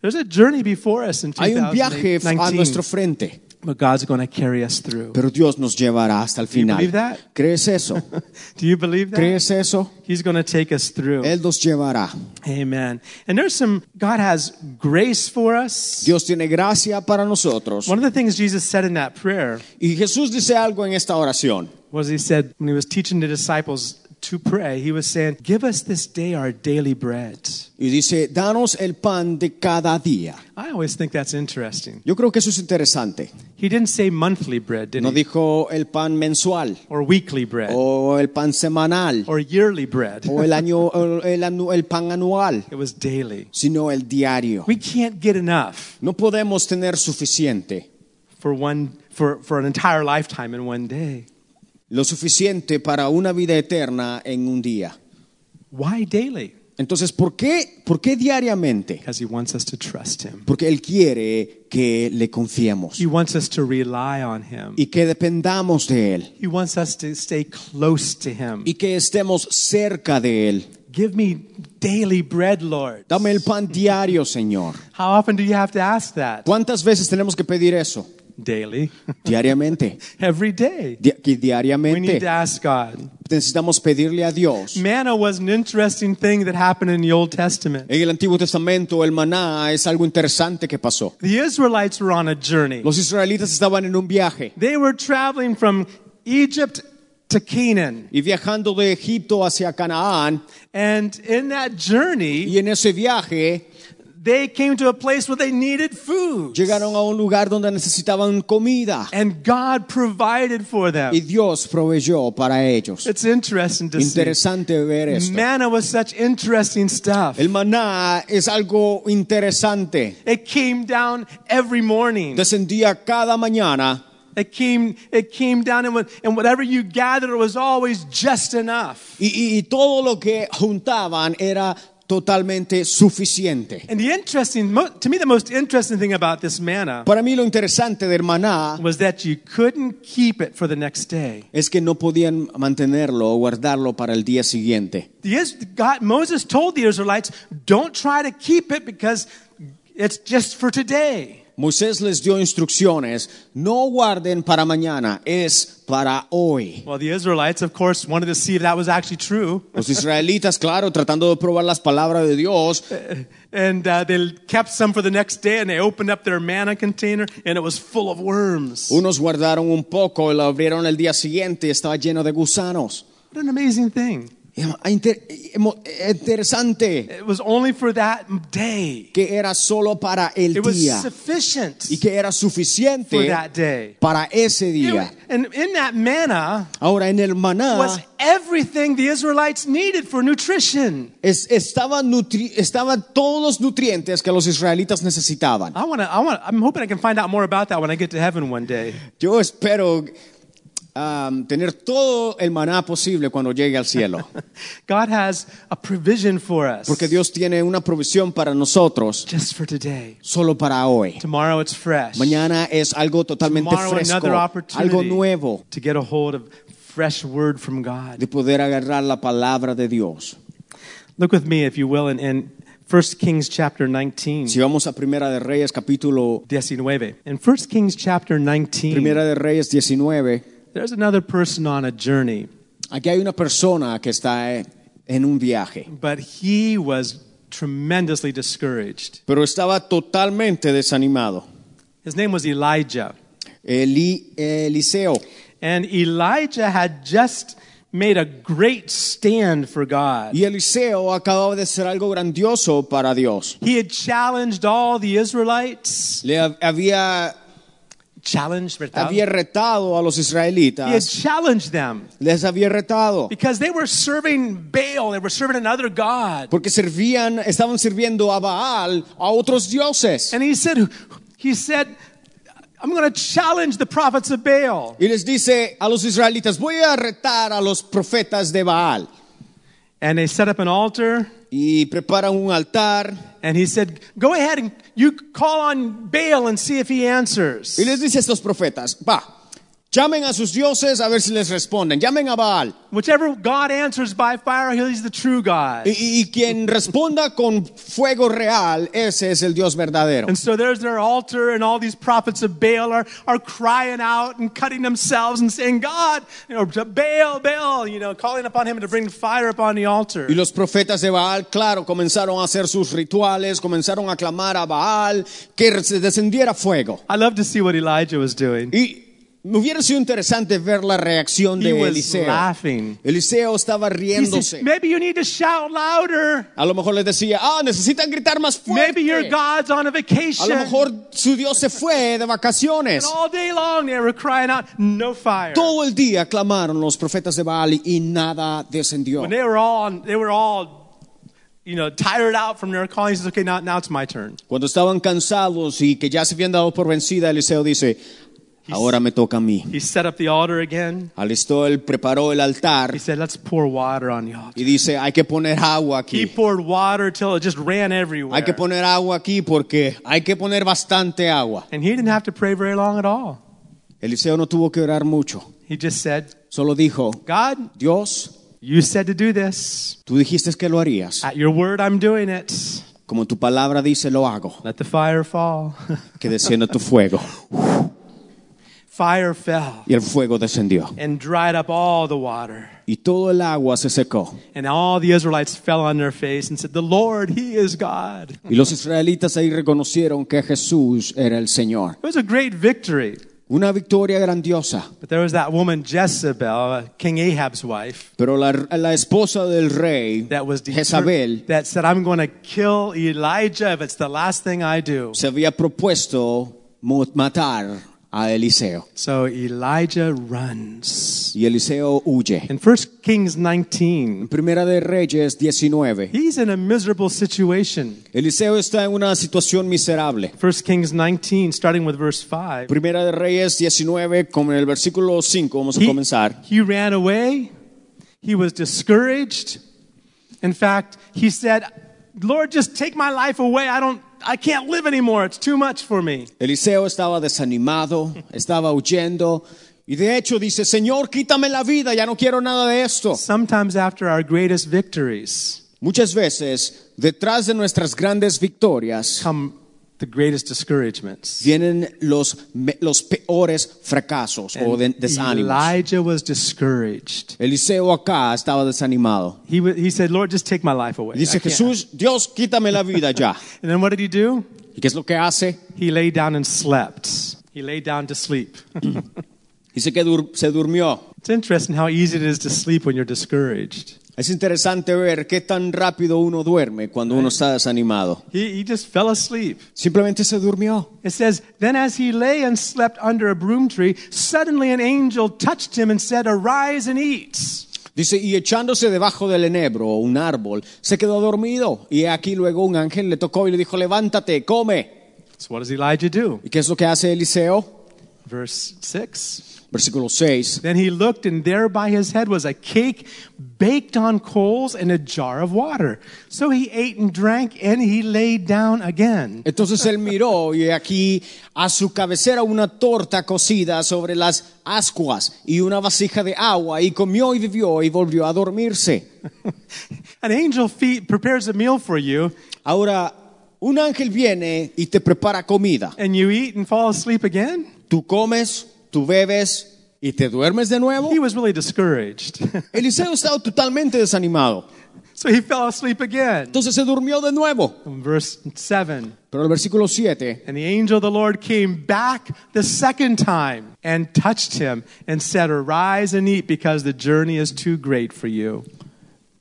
S1: There's a journey before us in
S2: Hay un viaje a
S1: 2019,
S2: nuestro frente,
S1: but God's going to carry us through.
S2: pero Dios nos llevará hasta el
S1: believe that?
S2: final. ¿Crees eso?
S1: Do you believe that?
S2: ¿Crees eso?
S1: He's going to take us through.
S2: Él nos llevará.
S1: Amen. And there's some, God has grace for us.
S2: Dios tiene gracia para nosotros.
S1: One of the things Jesus said in that prayer
S2: Y Jesús dice algo en esta oración.
S1: was He said, when He was teaching the disciples to pray, He was saying, Give us this day our daily bread.
S2: Y dice, danos el pan de cada día.
S1: I always think that's interesting.
S2: Yo creo que eso es interesante.
S1: He didn't say monthly bread, did
S2: No
S1: he?
S2: dijo el pan mensual
S1: Or weekly bread.
S2: o el pan semanal
S1: Or yearly bread.
S2: o el, año, o el, anu- el pan anual,
S1: It was daily.
S2: sino el diario.
S1: We can't get enough
S2: No podemos tener suficiente,
S1: for, one, for, for an entire lifetime in one day.
S2: lo suficiente para una vida eterna en un día.
S1: Why daily?
S2: Entonces, ¿por qué, por qué diariamente?
S1: Because He wants us to trust Him.
S2: Porque Él quiere que le confiemos
S1: He wants us to rely on Him.
S2: y que dependamos de Él
S1: He wants us to stay close to Him.
S2: y que estemos cerca de Él.
S1: Give me daily bread, Lord.
S2: Dame el pan diario, Señor.
S1: How often do you have to ask that?
S2: ¿Cuántas veces tenemos que pedir eso?
S1: Daily.
S2: Diariamente.
S1: Every day.
S2: Di- que
S1: We need
S2: diariamente
S1: to ask God.
S2: necesitamos pedirle a Dios.
S1: Manna was an interesting thing that happened in the Old Testament.
S2: En el Antiguo Testamento, el maná es algo interesante que pasó.
S1: The Israelites were on a journey.
S2: Los israelitas estaban en un viaje.
S1: They were traveling from Egypt to Canaan.
S2: y viajando de Egipto hacia Canaán.
S1: And in that journey,
S2: Y en ese viaje
S1: they came to a place where they needed food.
S2: llegaron a un lugar donde necesitaban comida
S1: And God provided for them.
S2: y Dios proveyó para ellos.
S1: It's interesting to see.
S2: Interesante ver esto.
S1: Manna was such interesting stuff.
S2: El maná es algo interesante.
S1: It came down every morning.
S2: Descendía cada mañana
S1: It came, it came down, and, what- and whatever you gathered was always just enough.
S2: y, y- y todo lo que juntaban era totalmente suficiente.
S1: And the interesting, mo- to me, the most interesting thing about this manna
S2: Para mí lo interesante del maná
S1: was that you couldn't keep it for the next day.
S2: es que no podían mantenerlo o guardarlo para el día siguiente.
S1: The Is- God, Moses told the Israelites, don't try to keep it because it's just for today.
S2: Moisés les dio instrucciones, no guarden para mañana, es para hoy.
S1: Well, the Israelites, of course, wanted to see if that was actually true.
S2: Los israelitas, claro, tratando de probar las palabras de Dios,
S1: And uh, they kept some for the next day, and they opened up their manna container, and it was full of worms. What
S2: unos guardaron un poco y lo abrieron el día siguiente y estaba lleno de gusanos. ah,
S1: an amazing thing.
S2: Inter- emo- interesante
S1: It was only for that day.
S2: que era solo para el
S1: It was
S2: día
S1: sufficient
S2: y que era
S1: for
S2: suficiente
S1: that day.
S2: para ese
S1: It
S2: día.
S1: was- and in that manna
S2: Ahora en el
S1: was
S2: maná
S1: everything the Israelites needed for nutrition.
S2: es- estaba nutri- estaban todos los nutrientes que los israelitas necesitaban.
S1: I want to. I want. I'm hoping I can find out more about that when I get to heaven one day.
S2: Yo espero um, tener todo el maná posible cuando llegue al cielo,
S1: God has a provision for us,
S2: porque Dios tiene una provisión para nosotros
S1: just for today.
S2: solo para hoy.
S1: Tomorrow it's fresh.
S2: Mañana es algo totalmente
S1: Tomorrow
S2: fresco,
S1: another opportunity
S2: algo nuevo
S1: to get a hold of fresh word from God.
S2: de poder agarrar la palabra de Dios.
S1: Look with me, if you will, in, in 1 Kings chapter 19.
S2: Si vamos a Primera de Reyes capítulo
S1: 19. In 1 Kings chapter 19,
S2: Primera de Reyes 19,
S1: there's another person on a journey,
S2: aquí hay una persona que está eh, en un viaje,
S1: but he was tremendously discouraged.
S2: pero estaba totalmente desanimado.
S1: His name was Elijah.
S2: Eli- Eliseo
S1: And Elijah had just made a great stand for God.
S2: y Eliseo acababa de hacer algo grandioso para Dios.
S1: He had challenged all the Israelites.
S2: Le ha- había,
S1: Challenged, ¿verdad?
S2: había retado a los
S1: He had
S2: israelitas,
S1: challenged them
S2: les había retado,
S1: because they were serving Baal, they were serving another God.
S2: porque servían, estaban sirviendo a Baal, a otros dioses.
S1: And he said, he said, I'm going to challenge the prophets of Baal.
S2: Y les dice a los israelitas, voy a retar a los profetas de Baal.
S1: And they set up an altar.
S2: Y preparan un altar.
S1: And he said, Go ahead and you call on Baal and see if he answers.
S2: Y les dice a estos profetas, va, llamen a sus dioses a ver si les responden. Llamen a Baal.
S1: Whichever God answers by fire, he's the true God.
S2: Y, y- y quien responda con fuego real, ese es el Dios verdadero.
S1: And so there's their altar, and all these prophets of Baal are, are crying out and cutting themselves and saying, God, you know, Baal, Baal, you know, calling upon him to bring fire upon the altar.
S2: Y los profetas de Baal, claro, comenzaron a hacer sus rituales, comenzaron a clamar a Baal que se descendiera fuego.
S1: I love to see what Elijah was doing.
S2: Y me hubiera sido interesante ver la reacción
S1: He
S2: de
S1: was
S2: Eliseo.
S1: laughing.
S2: Eliseo estaba
S1: He said,
S2: riéndose.
S1: Maybe you need to shout louder.
S2: A lo mejor les decía, ah, necesitan gritar más
S1: Maybe your
S2: fuerte.
S1: God's on a
S2: A lo
S1: vacation.
S2: mejor su Dios se fue de vacaciones.
S1: And all day long they were crying out, no fire.
S2: Todo el día clamaron los profetas de Baal y nada descendió.
S1: When they were all, on, they were all, you know, tired out from their calling. He says, okay, now, now it's my turn.
S2: Cuando estaban cansados y que ya se habían dado por vencida, Eliseo dice, ahora me toca a mí.
S1: He set up the altar again.
S2: Alistó, él preparó el altar
S1: He said, let's pour water on the altar.
S2: y dice, hay que poner
S1: He
S2: agua aquí.
S1: poured water till it just ran everywhere.
S2: Hay que poner agua aquí porque hay que poner bastante agua.
S1: And he didn't have to pray very long at all.
S2: Eliseo no tuvo que orar mucho.
S1: He just said,
S2: Solo dijo,
S1: God,
S2: Dios,
S1: you said to do this.
S2: tú dijiste que lo harías.
S1: At your word, I'm doing it.
S2: Como tu palabra dice, lo hago.
S1: Let the fire fall.
S2: Que descienda tu fuego.
S1: fire fell
S2: Y el fuego descendió.
S1: and dried up all the water.
S2: Y todo el agua se secó.
S1: And all the Israelites fell on their face and said, The Lord, He is God.
S2: Y los israelitas ahí reconocieron que Jesús era el Señor.
S1: It was a great victory.
S2: Una victoria grandiosa.
S1: But there was that woman Jezebel, uh, King Ahab's wife,
S2: Pero la, la esposa del rey,
S1: that was deter-
S2: Jezabel,
S1: that said, "I'm going to kill Elijah if it's the last thing I do."
S2: se había propuesto mu- matar a Eliseo.
S1: So Elijah runs.
S2: Y Eliseo huye.
S1: In 1 Kings 19,
S2: Primera de Reyes 19.
S1: he's in a miserable situation.
S2: Eliseo está en una situación miserable.
S1: 1 Kings 19, starting with verse 5.
S2: Primera de Reyes 19, como en el versículo 5, vamos a
S1: He-
S2: comenzar.
S1: He ran away. He was discouraged. In fact, he said, Lord, just take my life away. I don't, I can't live anymore. It's too much for me.
S2: Eliseo estaba desanimado, estaba huyendo. Y de hecho dice, Señor, quítame la vida, ya no quiero nada de esto.
S1: Sometimes after our greatest victories
S2: Muchas veces, detrás de nuestras grandes victorias,
S1: come the greatest discouragements.
S2: vienen los, me- los peores fracasos o de-
S1: And
S2: desánimos.
S1: Elijah was discouraged.
S2: Eliseo acá estaba desanimado.
S1: He, wa- he said, Lord, just take my life away. I
S2: Dice,
S1: can't."
S2: Jesús, Dios, quítame la vida ya.
S1: And then what did he do?
S2: ¿Y qué es lo que hace?
S1: He lay down and slept. He lay down to sleep.
S2: Dice que dur- se durmió.
S1: it's interesting how easy it is to sleep when you're discouraged.
S2: Es interesante ver qué tan rápido uno duerme cuando uno está desanimado.
S1: He, he just fell asleep.
S2: Simplemente se durmió.
S1: It says, Then as he lay and slept under a broom tree, suddenly an angel touched him and said, Arise and eat.
S2: Dice, y echándose debajo del enebro o un árbol, se quedó dormido. Y aquí luego un ángel le tocó y le dijo, levántate, come.
S1: So what does Elijah do?
S2: ¿Y qué es lo que hace Eliseo?
S1: Verse 6.
S2: Versículo 6.
S1: Then he looked, and there by his head was a cake baked on coals and a jar of water. So he ate and drank, and he lay down again.
S2: Entonces él miró y aquí a su cabecera una torta cocida sobre las ascuas y una vasija de agua y comió y vivió y volvió a dormirse.
S1: An angel feet prepares a meal for you,
S2: Ahora, un ángel viene y te prepara comida.
S1: and you eat and fall asleep again?
S2: Tú comes, tú bebes y te duermes de nuevo.
S1: He was really discouraged.
S2: Eliseo estaba totalmente desanimado.
S1: so he fell asleep again.
S2: Entonces se durmió de nuevo.
S1: Verse 7.
S2: Pero el versículo 7
S1: And the angel of the Lord came back the second time and touched him and said, Arise and eat, because the journey is too great for you.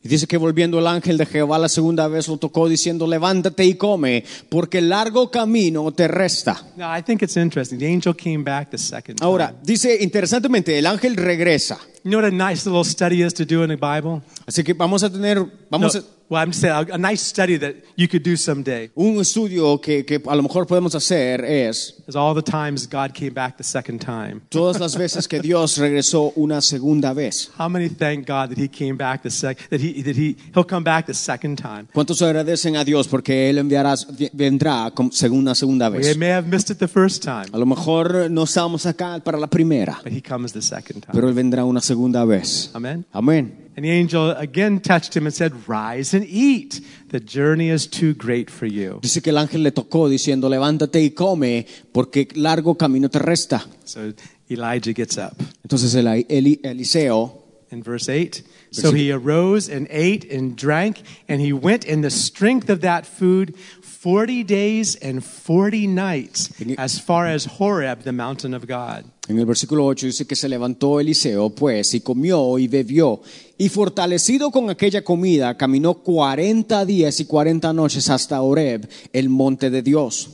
S2: dice que volviendo el ángel de Jehová la segunda vez lo tocó diciendo, levántate y come, porque el largo camino te resta.
S1: Now, I think it's interesting. The angel came back the second time.
S2: Ahora, dice interesantemente, el ángel regresa.
S1: You know what a nice little study is to do in the Bible?
S2: Así que vamos a tener,
S1: No,
S2: vamos a-
S1: well, I'm just saying a nice study that you could do someday
S2: un estudio que, que a lo mejor podemos hacer es
S1: is all the times God came back the second time.
S2: todas las veces que Dios regresó una segunda vez.
S1: How many thank God that He came back the sec that He that He He'll come back the second time.
S2: ¿Cuántos agradecen a Dios porque Él enviará, vendrá con- según una segunda
S1: We
S2: vez?
S1: may have missed it the first time,
S2: A lo mejor no estábamos acá para la primera,
S1: but He comes the second time.
S2: pero Él vendrá una segunda vez.
S1: Amen.
S2: Amén.
S1: And the angel again touched him and said, Rise and eat. The journey is too great for you.
S2: Dice que el ángel le tocó diciendo, levántate y come, porque largo camino te resta.
S1: So Elijah gets up.
S2: Entonces el, Eli- Eliseo,
S1: In verse 8, so he arose and ate and drank, and he went in the strength of that food 40 days and 40 nights as far as Horeb, the mountain of God.
S2: en el versículo 8, dice que se levantó Eliseo, pues, y comió y bebió. Y fortalecido con aquella comida, caminó 40 días y 40 noches hasta Oreb, el monte de Dios.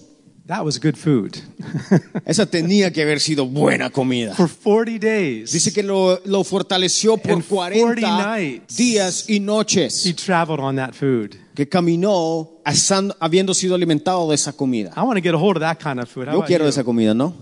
S1: That was good food.
S2: Esa tenía que haber sido buena comida.
S1: For 40 days,
S2: Dice que lo, lo fortaleció por
S1: And 40
S2: 40
S1: nights.
S2: días y
S1: he
S2: noches
S1: traveled on that food.
S2: que caminó asando- habiendo sido alimentado de esa comida.
S1: I want to get a hold of that kind of food. How
S2: Yo
S1: about
S2: quiero de
S1: you?
S2: esa comida, ¿no?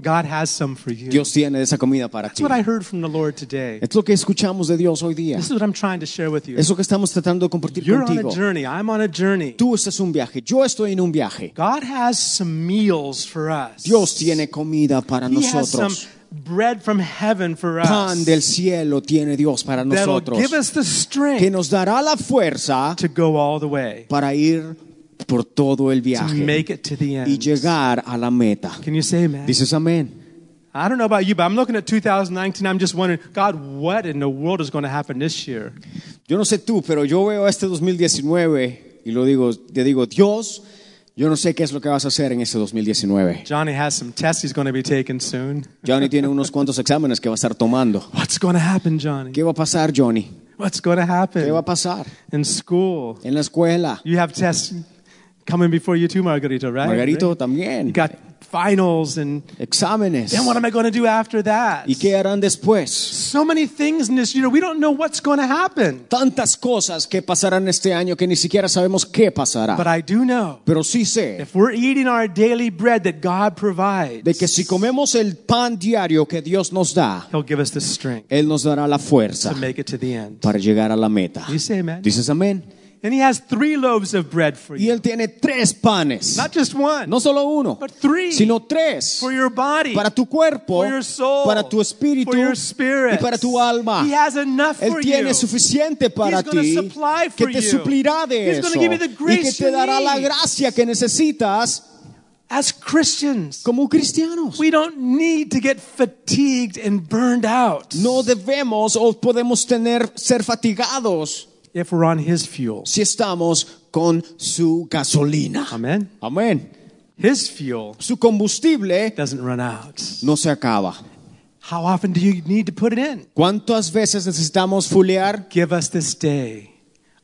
S1: God has some for you.
S2: Dios tiene de esa comida para
S1: That's
S2: ti.
S1: what I heard from the Lord today.
S2: Es lo que escuchamos de Dios hoy día.
S1: This is what I'm trying to share with you.
S2: Es lo que estamos tratando de compartir
S1: You're on a
S2: contigo.
S1: journey. I'm on a journey.
S2: Tú estás en un viaje, yo estoy en un viaje.
S1: God has some meals for us.
S2: Dios tiene comida para
S1: He has some
S2: nosotros.
S1: bread from heaven for
S2: Pan
S1: us
S2: del cielo tiene Dios para
S1: that'll
S2: nosotros,
S1: give us the
S2: que
S1: strength
S2: nos dará la fuerza
S1: to go all the way,
S2: para ir por todo el
S1: to
S2: viaje.
S1: make it to the
S2: y
S1: end.
S2: llegar a la meta.
S1: Can you say amen?
S2: Dices amén.
S1: I don't know about you, but I'm looking at 2019. I'm just wondering, God, what in the world is going to happen this year?
S2: Yo no sé tú, pero yo veo este 2019 y lo digo, te digo, Dios, Yo no sé qué es lo que vas a hacer en este 2019.
S1: Johnny has some tests he's going to be taking soon.
S2: Johnny tiene unos cuantos exámenes que va a estar tomando.
S1: What's going to happen, Johnny?
S2: ¿Qué va a pasar, Johnny?
S1: What's going to
S2: ¿Qué va a
S1: happen
S2: pasar
S1: in school?
S2: en la escuela?
S1: You have tests coming before you too, Margarito, right?
S2: Margarito
S1: You
S2: también.
S1: got finals and
S2: Exámenes.
S1: then what am I going to do after that?
S2: ¿Y qué harán después?
S1: So many things in this year. We don't know what's going to happen.
S2: Tantas cosas que pasarán este año que ni siquiera sabemos qué
S1: But
S2: pasará.
S1: I do know
S2: Pero sí sé
S1: if we're eating our daily bread that God provides,
S2: de que si comemos el pan diario que Dios nos da,
S1: He'll give us the strength
S2: Él nos dará la
S1: to
S2: fuerza
S1: make it to the end.
S2: para llegar a la meta.
S1: You say amen?
S2: Dices amén.
S1: And He has three loaves of bread for
S2: Y
S1: you.
S2: Él tiene tres panes.
S1: Not just one,
S2: No solo uno,
S1: but three
S2: sino tres.
S1: for your body.
S2: Para tu cuerpo,
S1: for your soul,
S2: para tu espíritu
S1: for your spirit.
S2: y para tu alma.
S1: He has enough
S2: Él
S1: for
S2: tiene
S1: you.
S2: suficiente para
S1: He's gonna
S2: ti
S1: supply
S2: que
S1: for
S2: te
S1: you.
S2: suplirá de
S1: He's gonna
S2: eso
S1: give you the
S2: y que
S1: grace
S2: te
S1: you
S2: dará la
S1: need.
S2: gracia que necesitas
S1: As Christians,
S2: como cristianos.
S1: we don't need to get fatigued and burned out
S2: No debemos o podemos tener ser fatigados
S1: if we're on His fuel.
S2: si estamos con su gasolina.
S1: Amen.
S2: Amén.
S1: His fuel
S2: Su combustible
S1: doesn't run out.
S2: no se acaba.
S1: How often do you need to put it in?
S2: ¿Cuántas veces necesitamos fulear?
S1: Give us this day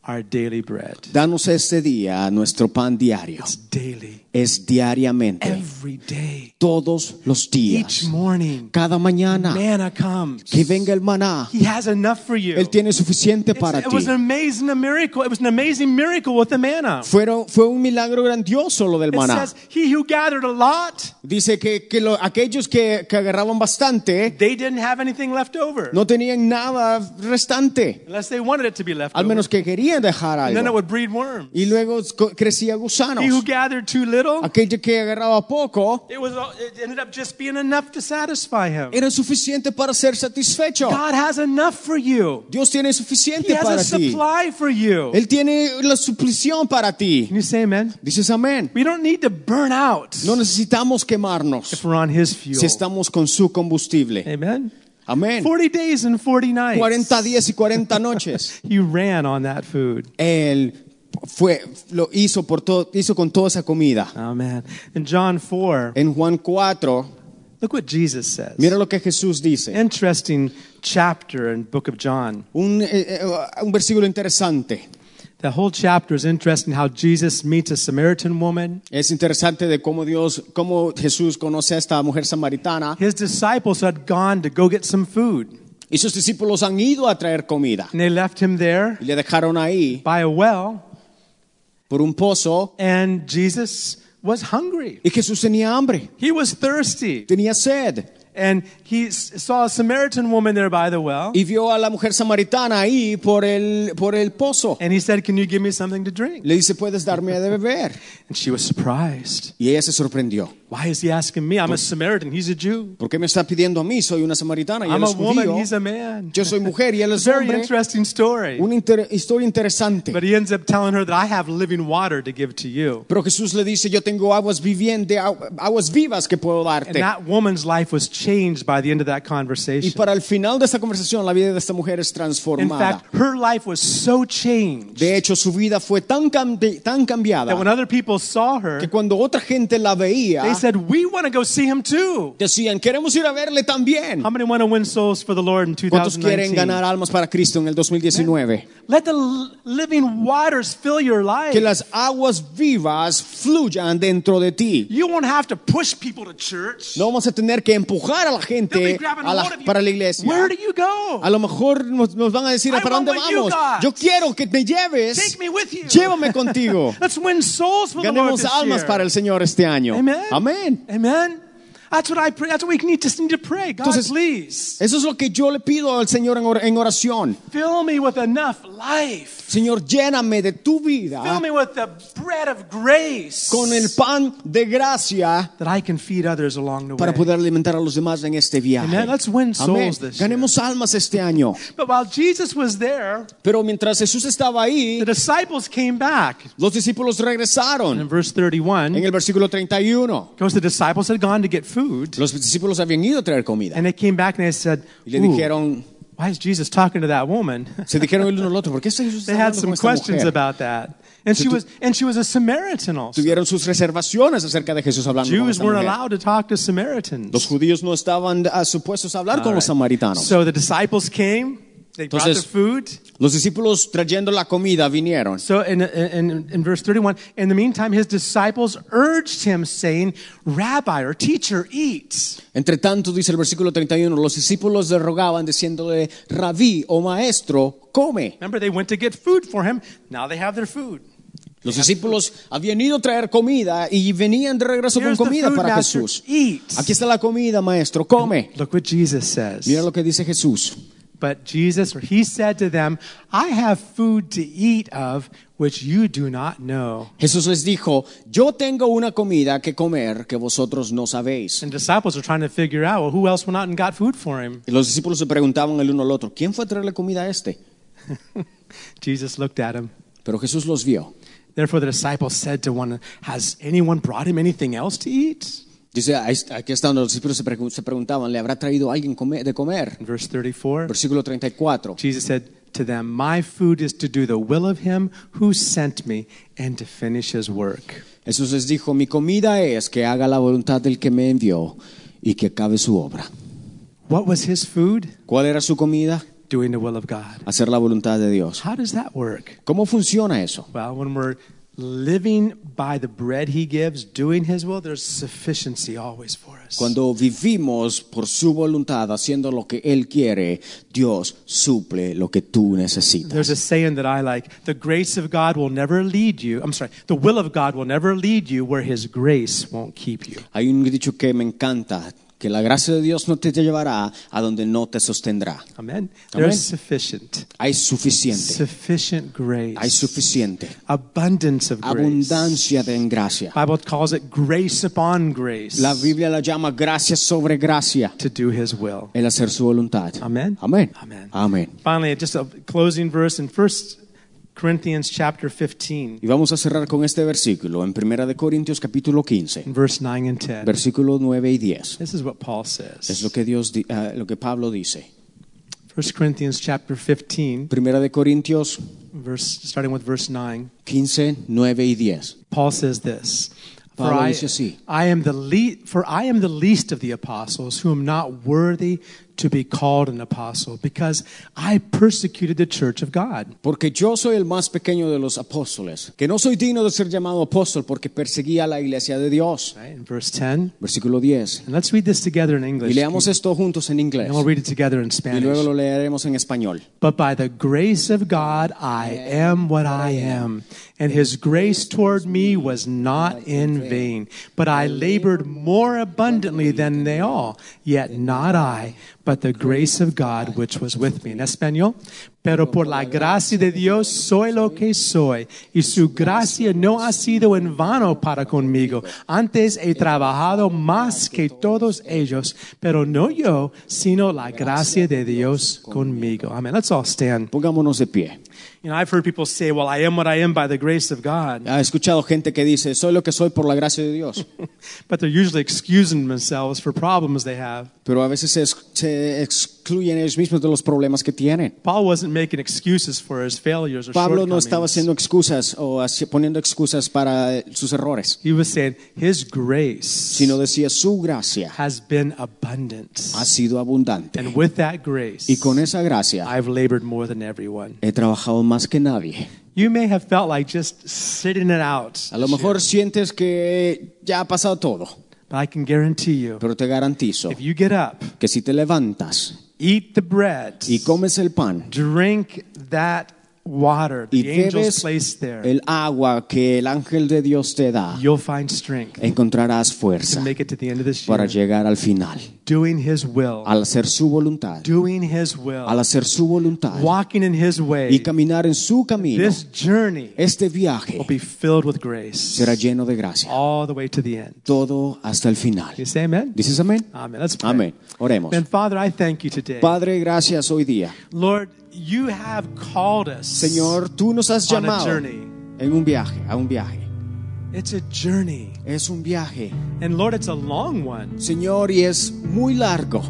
S1: our daily bread.
S2: Danos este día nuestro pan diario.
S1: It's daily,
S2: Es diariamente,
S1: every day,
S2: todos los
S1: each
S2: días,
S1: morning.
S2: cada mañana,
S1: Manna comes.
S2: que venga el maná.
S1: He has enough for you.
S2: Él tiene suficiente
S1: It's-
S2: para
S1: it
S2: ti.
S1: was an amazing miracle. It was an amazing miracle with the manna.
S2: Fueron, fue un milagro grandioso lo del
S1: It
S2: maná.
S1: says he who gathered a lot,
S2: Dice que, que lo- aquellos que, que agarraban bastante
S1: they didn't have anything left over,
S2: no tenían nada restante,
S1: unless they wanted it to be left
S2: al
S1: over.
S2: menos que querían dejar
S1: And then it
S2: algo.
S1: would breed worms.
S2: Y luego co- crecía
S1: He who
S2: gusanos.
S1: gathered too little,
S2: Aquello que agarraba poco
S1: it was all- it ended up just being enough to satisfy him.
S2: era suficiente para ser satisfecho.
S1: God has enough for you.
S2: Dios tiene
S1: He
S2: suficiente
S1: has a
S2: para ti.
S1: supply for you.
S2: Él tiene la suplición para ti.
S1: Can you say amen?
S2: Dices amén.
S1: We don't need to burn out
S2: No necesitamos quemarnos
S1: if we're on his fuel.
S2: si estamos con su combustible.
S1: Amen.
S2: Amén.
S1: 40 days and 40 nights.
S2: 40 días y 40 noches.
S1: He ran on that food.
S2: Él fue, lo hizo, por todo, hizo con toda esa comida.
S1: Amen. In John 4,
S2: En Juan 4,
S1: look what Jesus says.
S2: mira lo que Jesús dice.
S1: Interesting chapter in book of John.
S2: Un, eh, eh, un versículo interesante.
S1: The whole chapter is interesting how Jesus meets a Samaritan woman.
S2: Es interesante de cómo Dios, cómo Jesús conoce a esta mujer samaritana
S1: His disciples had gone to go get some food,
S2: y sus discípulos han ido a traer comida.
S1: and they left him there
S2: Y le dejaron ahí
S1: by a well,
S2: por un pozo
S1: and Jesus was hungry.
S2: y Jesús tenía hambre,
S1: He was thirsty,
S2: tenía sed.
S1: and he s- saw a Samaritan woman there by the well,
S2: y vio a la mujer samaritana ahí por el, por el pozo.
S1: and he said, "Can you give me something to drink?"
S2: Le dice, puedes darme de beber.
S1: And she was surprised.
S2: Y ella se sorprendió.
S1: Why is he asking me? I'm a Samaritan. He's a Jew.
S2: ¿Por qué me está pidiendo a mí? Soy una samaritana y él
S1: I'm a
S2: es
S1: woman.
S2: judío.
S1: He's a man.
S2: Yo soy mujer y él es
S1: Very
S2: hombre.
S1: interesting story.
S2: Una inter- historia interesante.
S1: But he ends up telling her that I have living water to give to you.
S2: Pero Jesús le dice, yo tengo aguas vivientes, aguas vivas que puedo
S1: And
S2: darte.
S1: that woman's life was changed by the end of that
S2: Y
S1: conversation.
S2: para el final de esta conversación, la vida de esta mujer es
S1: In
S2: transformada.
S1: fact, her life was so changed
S2: De hecho, su vida fue tan, cambi- tan
S1: that when
S2: cambiada
S1: other people saw her,
S2: que cuando otra gente la veía,
S1: they said, We want to go see him too.
S2: decían, queremos ir a verle también.
S1: How many want to win souls for the Lord in
S2: ¿Cuántos quieren
S1: 2019?
S2: ganar almas para Cristo en el 2019?
S1: Let the l- living waters fill your
S2: Que
S1: life.
S2: las aguas vivas fluyan dentro de ti.
S1: You won't have to push people to church.
S2: No vamos a tener que empujar a la
S1: They'll be
S2: gente
S1: grabbing
S2: a la-
S1: hold of you.
S2: para la iglesia.
S1: Where do you
S2: A
S1: go?
S2: lo mejor nos, nos van a decir,
S1: I
S2: ¿a ¿para dónde
S1: want what you
S2: vamos?
S1: got.
S2: Yo quiero que me lleves.
S1: Take me with you.
S2: Llévame contigo.
S1: Let's win souls for the Lord.
S2: Ganemos
S1: This
S2: almas
S1: year.
S2: para el Señor este año.
S1: Amen.
S2: Amén.
S1: Amen. That's what I pray. That's what we need to need to pray. God,
S2: Entonces-
S1: please
S2: Eso es lo que yo le pido al Señor en or- en oración.
S1: fill me with enough life.
S2: Señor, lléname de tu vida
S1: Fill me with the bread of grace
S2: Ah. con el pan de gracia
S1: that I can feed others along the
S2: para
S1: way.
S2: poder alimentar a los demás en este viaje.
S1: Amen. Let's win
S2: Amén.
S1: souls this year.
S2: Ganemos almas este año.
S1: But while Jesus was there,
S2: Pero mientras Jesús estaba ahí,
S1: the disciples came back.
S2: los discípulos
S1: In
S2: regresaron.
S1: verse 31,
S2: En el versículo 31,
S1: because the disciples had gone to get food,
S2: los discípulos habían ido a traer comida
S1: and they came back and they said,
S2: y le
S1: "Ooh,
S2: dijeron,
S1: why is Jesus talking to that woman?
S2: Se dijeron el uno al otro, ¿por qué está Jesús
S1: They had
S2: hablando
S1: some
S2: con esta
S1: questions
S2: mujer?
S1: about that. And she was and she was a Samaritan also.
S2: Tuvieron sus reservaciones acerca de Jesús hablando con
S1: Jews
S2: esta
S1: weren't
S2: mujer.
S1: allowed to talk to
S2: Los
S1: Samaritans.
S2: judíos no estaban ah, supuestos a hablar con los samaritanos.
S1: So the disciples came, they brought their
S2: Entonces-
S1: food.
S2: los discípulos trayendo la comida vinieron.
S1: So in, in, in verse 31, in the meantime, his disciples urged him, saying, Rabbi or teacher, eat.
S2: Entre tanto, dice el versículo 31, los discípulos le rogaban diciéndole, rabí o maestro, come.
S1: Remember, they went to get food for him. Now they have their food.
S2: Los discípulos habían ido a traer comida y venían de regreso
S1: Here's the
S2: con comida
S1: food,
S2: para
S1: master.
S2: Jesús.
S1: Eat.
S2: Aquí está la comida, maestro, come.
S1: Look what Jesus says.
S2: Mira lo que dice Jesús.
S1: But Jesus, or he said to them, I have food to eat of which you do not know.
S2: Jesús les dijo, yo tengo una comida que comer que vosotros no sabéis.
S1: And disciples are trying to figure out, well, who else went out and got food for him?
S2: Y los discípulos se preguntaban el uno al otro, ¿quién fue a traerle comida a este?
S1: Jesus looked at him.
S2: Pero Jesús los vio.
S1: Therefore, the disciples said to one, Has anyone brought him anything else to eat?
S2: Dice, ahí está- aquí están los discípulos se, pregun- se preguntaban, ¿le habrá traído alguien come- de comer?
S1: In verse 34,
S2: Versículo 34.
S1: Jesus said to them, My food is to do the will of him who sent me and to finish his work.
S2: Jesús les dijo, mi comida es que haga la voluntad del que me envió y que acabe su obra.
S1: What was his food?
S2: ¿Cuál era su comida?
S1: Doing the will of God.
S2: Hacer la voluntad de Dios.
S1: How does that work?
S2: ¿Cómo funciona eso?
S1: Well, when we're living by the bread he gives, doing his will, there's sufficiency always for us.
S2: Cuando vivimos por su voluntad, haciendo lo que Él quiere, Dios suple lo que tú necesitas.
S1: There's a saying that I like the grace of God will never lead you. I'm sorry, the will of God will never lead you where his grace won't keep you.
S2: Hay un dicho que me encanta, que la gracia de Dios no te llevará a donde no te sostendrá.
S1: Amen.
S2: Amen.
S1: There's sufficient,
S2: Hay suficiente,
S1: sufficient grace,
S2: hay suficiente.
S1: abundance of grace.
S2: Abundancia de en gracia.
S1: Bible calls it grace upon grace
S2: La Biblia la llama gracia sobre gracia,
S1: to do his will.
S2: el hacer su voluntad.
S1: Amen.
S2: Amén.
S1: Amen.
S2: Amén.
S1: Finally, just a closing verse in 1 Corinthians chapter 15,
S2: Y vamos a cerrar con este versículo en Primera de Corintios capítulo 15,
S1: in verse 9 and 10.
S2: versículo 9 y 10.
S1: This is what Paul
S2: Es lo
S1: says.
S2: que Dios di- ah, lo que Pablo dice.
S1: 1 Corinthians chapter 15,
S2: Primera de Corintios
S1: verse, starting with verse 9.
S2: 15, 9 y 10.
S1: Paul says this. For
S2: Pablo
S1: I,
S2: dice así.
S1: I am the le- for I am the least of the apostles, who am not worthy to be called an apostle, because I persecuted the church of God.
S2: Porque yo soy el más pequeño de los apóstoles, que no soy digno de ser llamado apóstol porque perseguí a la iglesia de Dios.
S1: Right? In verse 10.
S2: Versículo 10.
S1: And let's read this together in
S2: Y
S1: English.
S2: leamos
S1: And
S2: esto juntos en inglés.
S1: we'll read it together in
S2: Y luego
S1: Spanish.
S2: lo leeremos en español.
S1: But by the grace of God, I am what I am. And his grace toward me was not in vain. But I labored more abundantly than they all. Yet not I, but the grace of God which was with me. En español. Pero por la gracia de Dios soy lo que soy. Y su gracia no ha sido en vano para conmigo. Antes he trabajado más que todos ellos. Pero no yo, sino la gracia de Dios conmigo. Amen. Let's all stand.
S2: Pongámonos de pie.
S1: You know, I've heard people say, well, I am what I am by the grace of God,
S2: Ha escuchado gente que dice, soy lo que soy por la gracia de Dios,
S1: but they're usually excusing themselves for problems they have.
S2: pero a veces se, ex- se excluyen ellos mismos de los problemas que tienen.
S1: Paul wasn't making excuses for his failures or
S2: Pablo no
S1: shortcomings.
S2: estaba haciendo excusas o haci- poniendo excusas para sus errores,
S1: He was saying, his grace
S2: sino decía, su gracia
S1: has been abundant.
S2: ha sido abundante.
S1: And with that grace,
S2: Y con esa gracia
S1: I've labored more than everyone.
S2: he trabajado más que nadie.
S1: You may have felt like just sitting it out,
S2: A lo mejor sientes que ya ha pasado todo,
S1: but I can guarantee you,
S2: pero te garantizo
S1: if you get up,
S2: que si te levantas
S1: eat the bread,
S2: y comes el pan
S1: drink that water,
S2: y
S1: the angel's
S2: bebes
S1: place there,
S2: el agua que el ángel de Dios te da,
S1: you'll find strength
S2: encontrarás
S1: to
S2: fuerza.
S1: make it to the end of this
S2: para
S1: year.
S2: llegar al final,
S1: Doing His will.
S2: al hacer su voluntad,
S1: Doing His
S2: al
S1: will.
S2: hacer su voluntad
S1: Walking in His
S2: y
S1: way.
S2: caminar en su camino,
S1: This journey
S2: este
S1: will
S2: viaje
S1: be filled with grace
S2: será lleno de gracia,
S1: all the way to the end.
S2: todo hasta el final.
S1: Can you say amen?
S2: ¿Dices amén?
S1: Amen. Let's pray.
S2: Amén. Oremos.
S1: Then, Father, I thank you today.
S2: Padre, gracias hoy día.
S1: Lord, you have called us.
S2: Señor, tú nos has
S1: On a
S2: llamado
S1: journey.
S2: en un viaje, a un viaje.
S1: It's a journey.
S2: Es un viaje,
S1: And Lord, it's a long one.
S2: Señor, y es muy largo,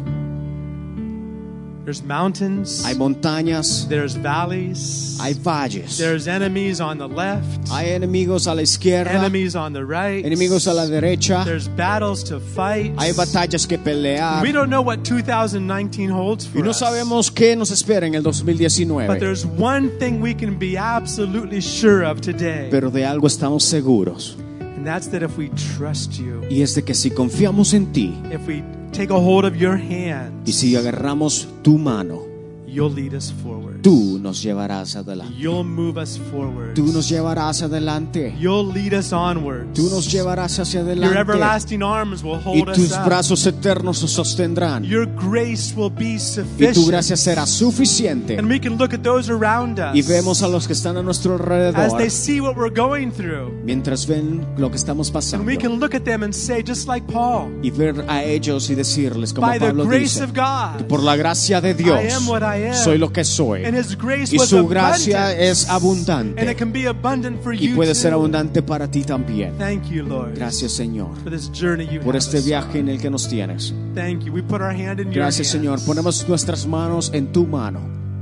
S1: There's mountains,
S2: Hay montañas,
S1: there's valleys,
S2: hay valles,
S1: there's enemies on the left,
S2: hay enemigos a la izquierda,
S1: enemies on the right,
S2: enemigos a la derecha,
S1: there's battles to fight.
S2: hay batallas que pelear.
S1: We don't know what 2019 holds for
S2: Y no
S1: us.
S2: sabemos qué nos espera en el
S1: But
S2: 2019,
S1: there's one thing we can be absolutely sure of today,
S2: pero de algo estamos seguros.
S1: and that's that if we trust you,
S2: Y es de que si confiamos en ti
S1: if we take a hold of your hand,
S2: y si agarramos tu mano,
S1: you'll lead us forward.
S2: tú nos llevarás adelante.
S1: You'll move us forward.
S2: Tú nos llevarás adelante.
S1: You'll lead us onwards.
S2: Tú nos llevarás hacia
S1: Your
S2: adelante.
S1: everlasting arms will
S2: Y
S1: hold
S2: tus
S1: us up.
S2: brazos eternos nos sostendrán.
S1: Your grace will be
S2: Y tu
S1: sufficient.
S2: gracia será suficiente.
S1: And we can look at those around us
S2: Y vemos a los que están a nuestro
S1: as
S2: alrededor
S1: they see what we're going through.
S2: mientras ven lo que estamos
S1: And
S2: pasando.
S1: we can look at them and say, just like Paul,
S2: Y ver a ellos y decirles, como
S1: by the
S2: Pablo
S1: grace
S2: dice,
S1: of God,
S2: por la gracia de
S1: I
S2: Dios,
S1: am what I am.
S2: soy lo que soy.
S1: and His grace
S2: Y
S1: was
S2: su gracia
S1: abundant.
S2: es
S1: And it
S2: abundante.
S1: can be abundant for
S2: Y
S1: you
S2: puede ser
S1: too.
S2: abundante para ti también.
S1: Thank you, Lord,
S2: Gracias, Señor,
S1: for this journey you
S2: por
S1: have
S2: este
S1: us
S2: viaje en
S1: on.
S2: el que nos tienes.
S1: Thank you. We put our hand in
S2: Gracias,
S1: your
S2: Señor.
S1: hands.
S2: Ponemos nuestras manos en tu mano.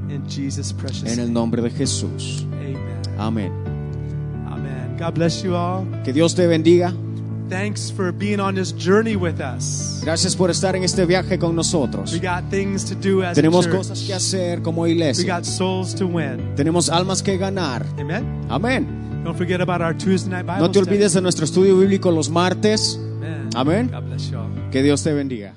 S1: In Jesus' precious
S2: En el
S1: name.
S2: nombre de Jesús.
S1: Amen.
S2: Amén.
S1: Amen. God bless you all.
S2: Que Dios te bendiga.
S1: Thanks for being on this journey with us.
S2: Gracias por estar en este viaje con
S1: We
S2: nosotros.
S1: got things to do as a
S2: Tenemos
S1: church.
S2: cosas que hacer como
S1: We
S2: iglesia.
S1: got souls to win.
S2: Tenemos almas que ganar.
S1: Amen.
S2: Amén.
S1: Don't forget about our Tuesday night Bible
S2: No te
S1: study.
S2: olvides de nuestro estudio bíblico los martes.
S1: Amen.
S2: Amen.
S1: God bless you all.
S2: Que Dios te bendiga.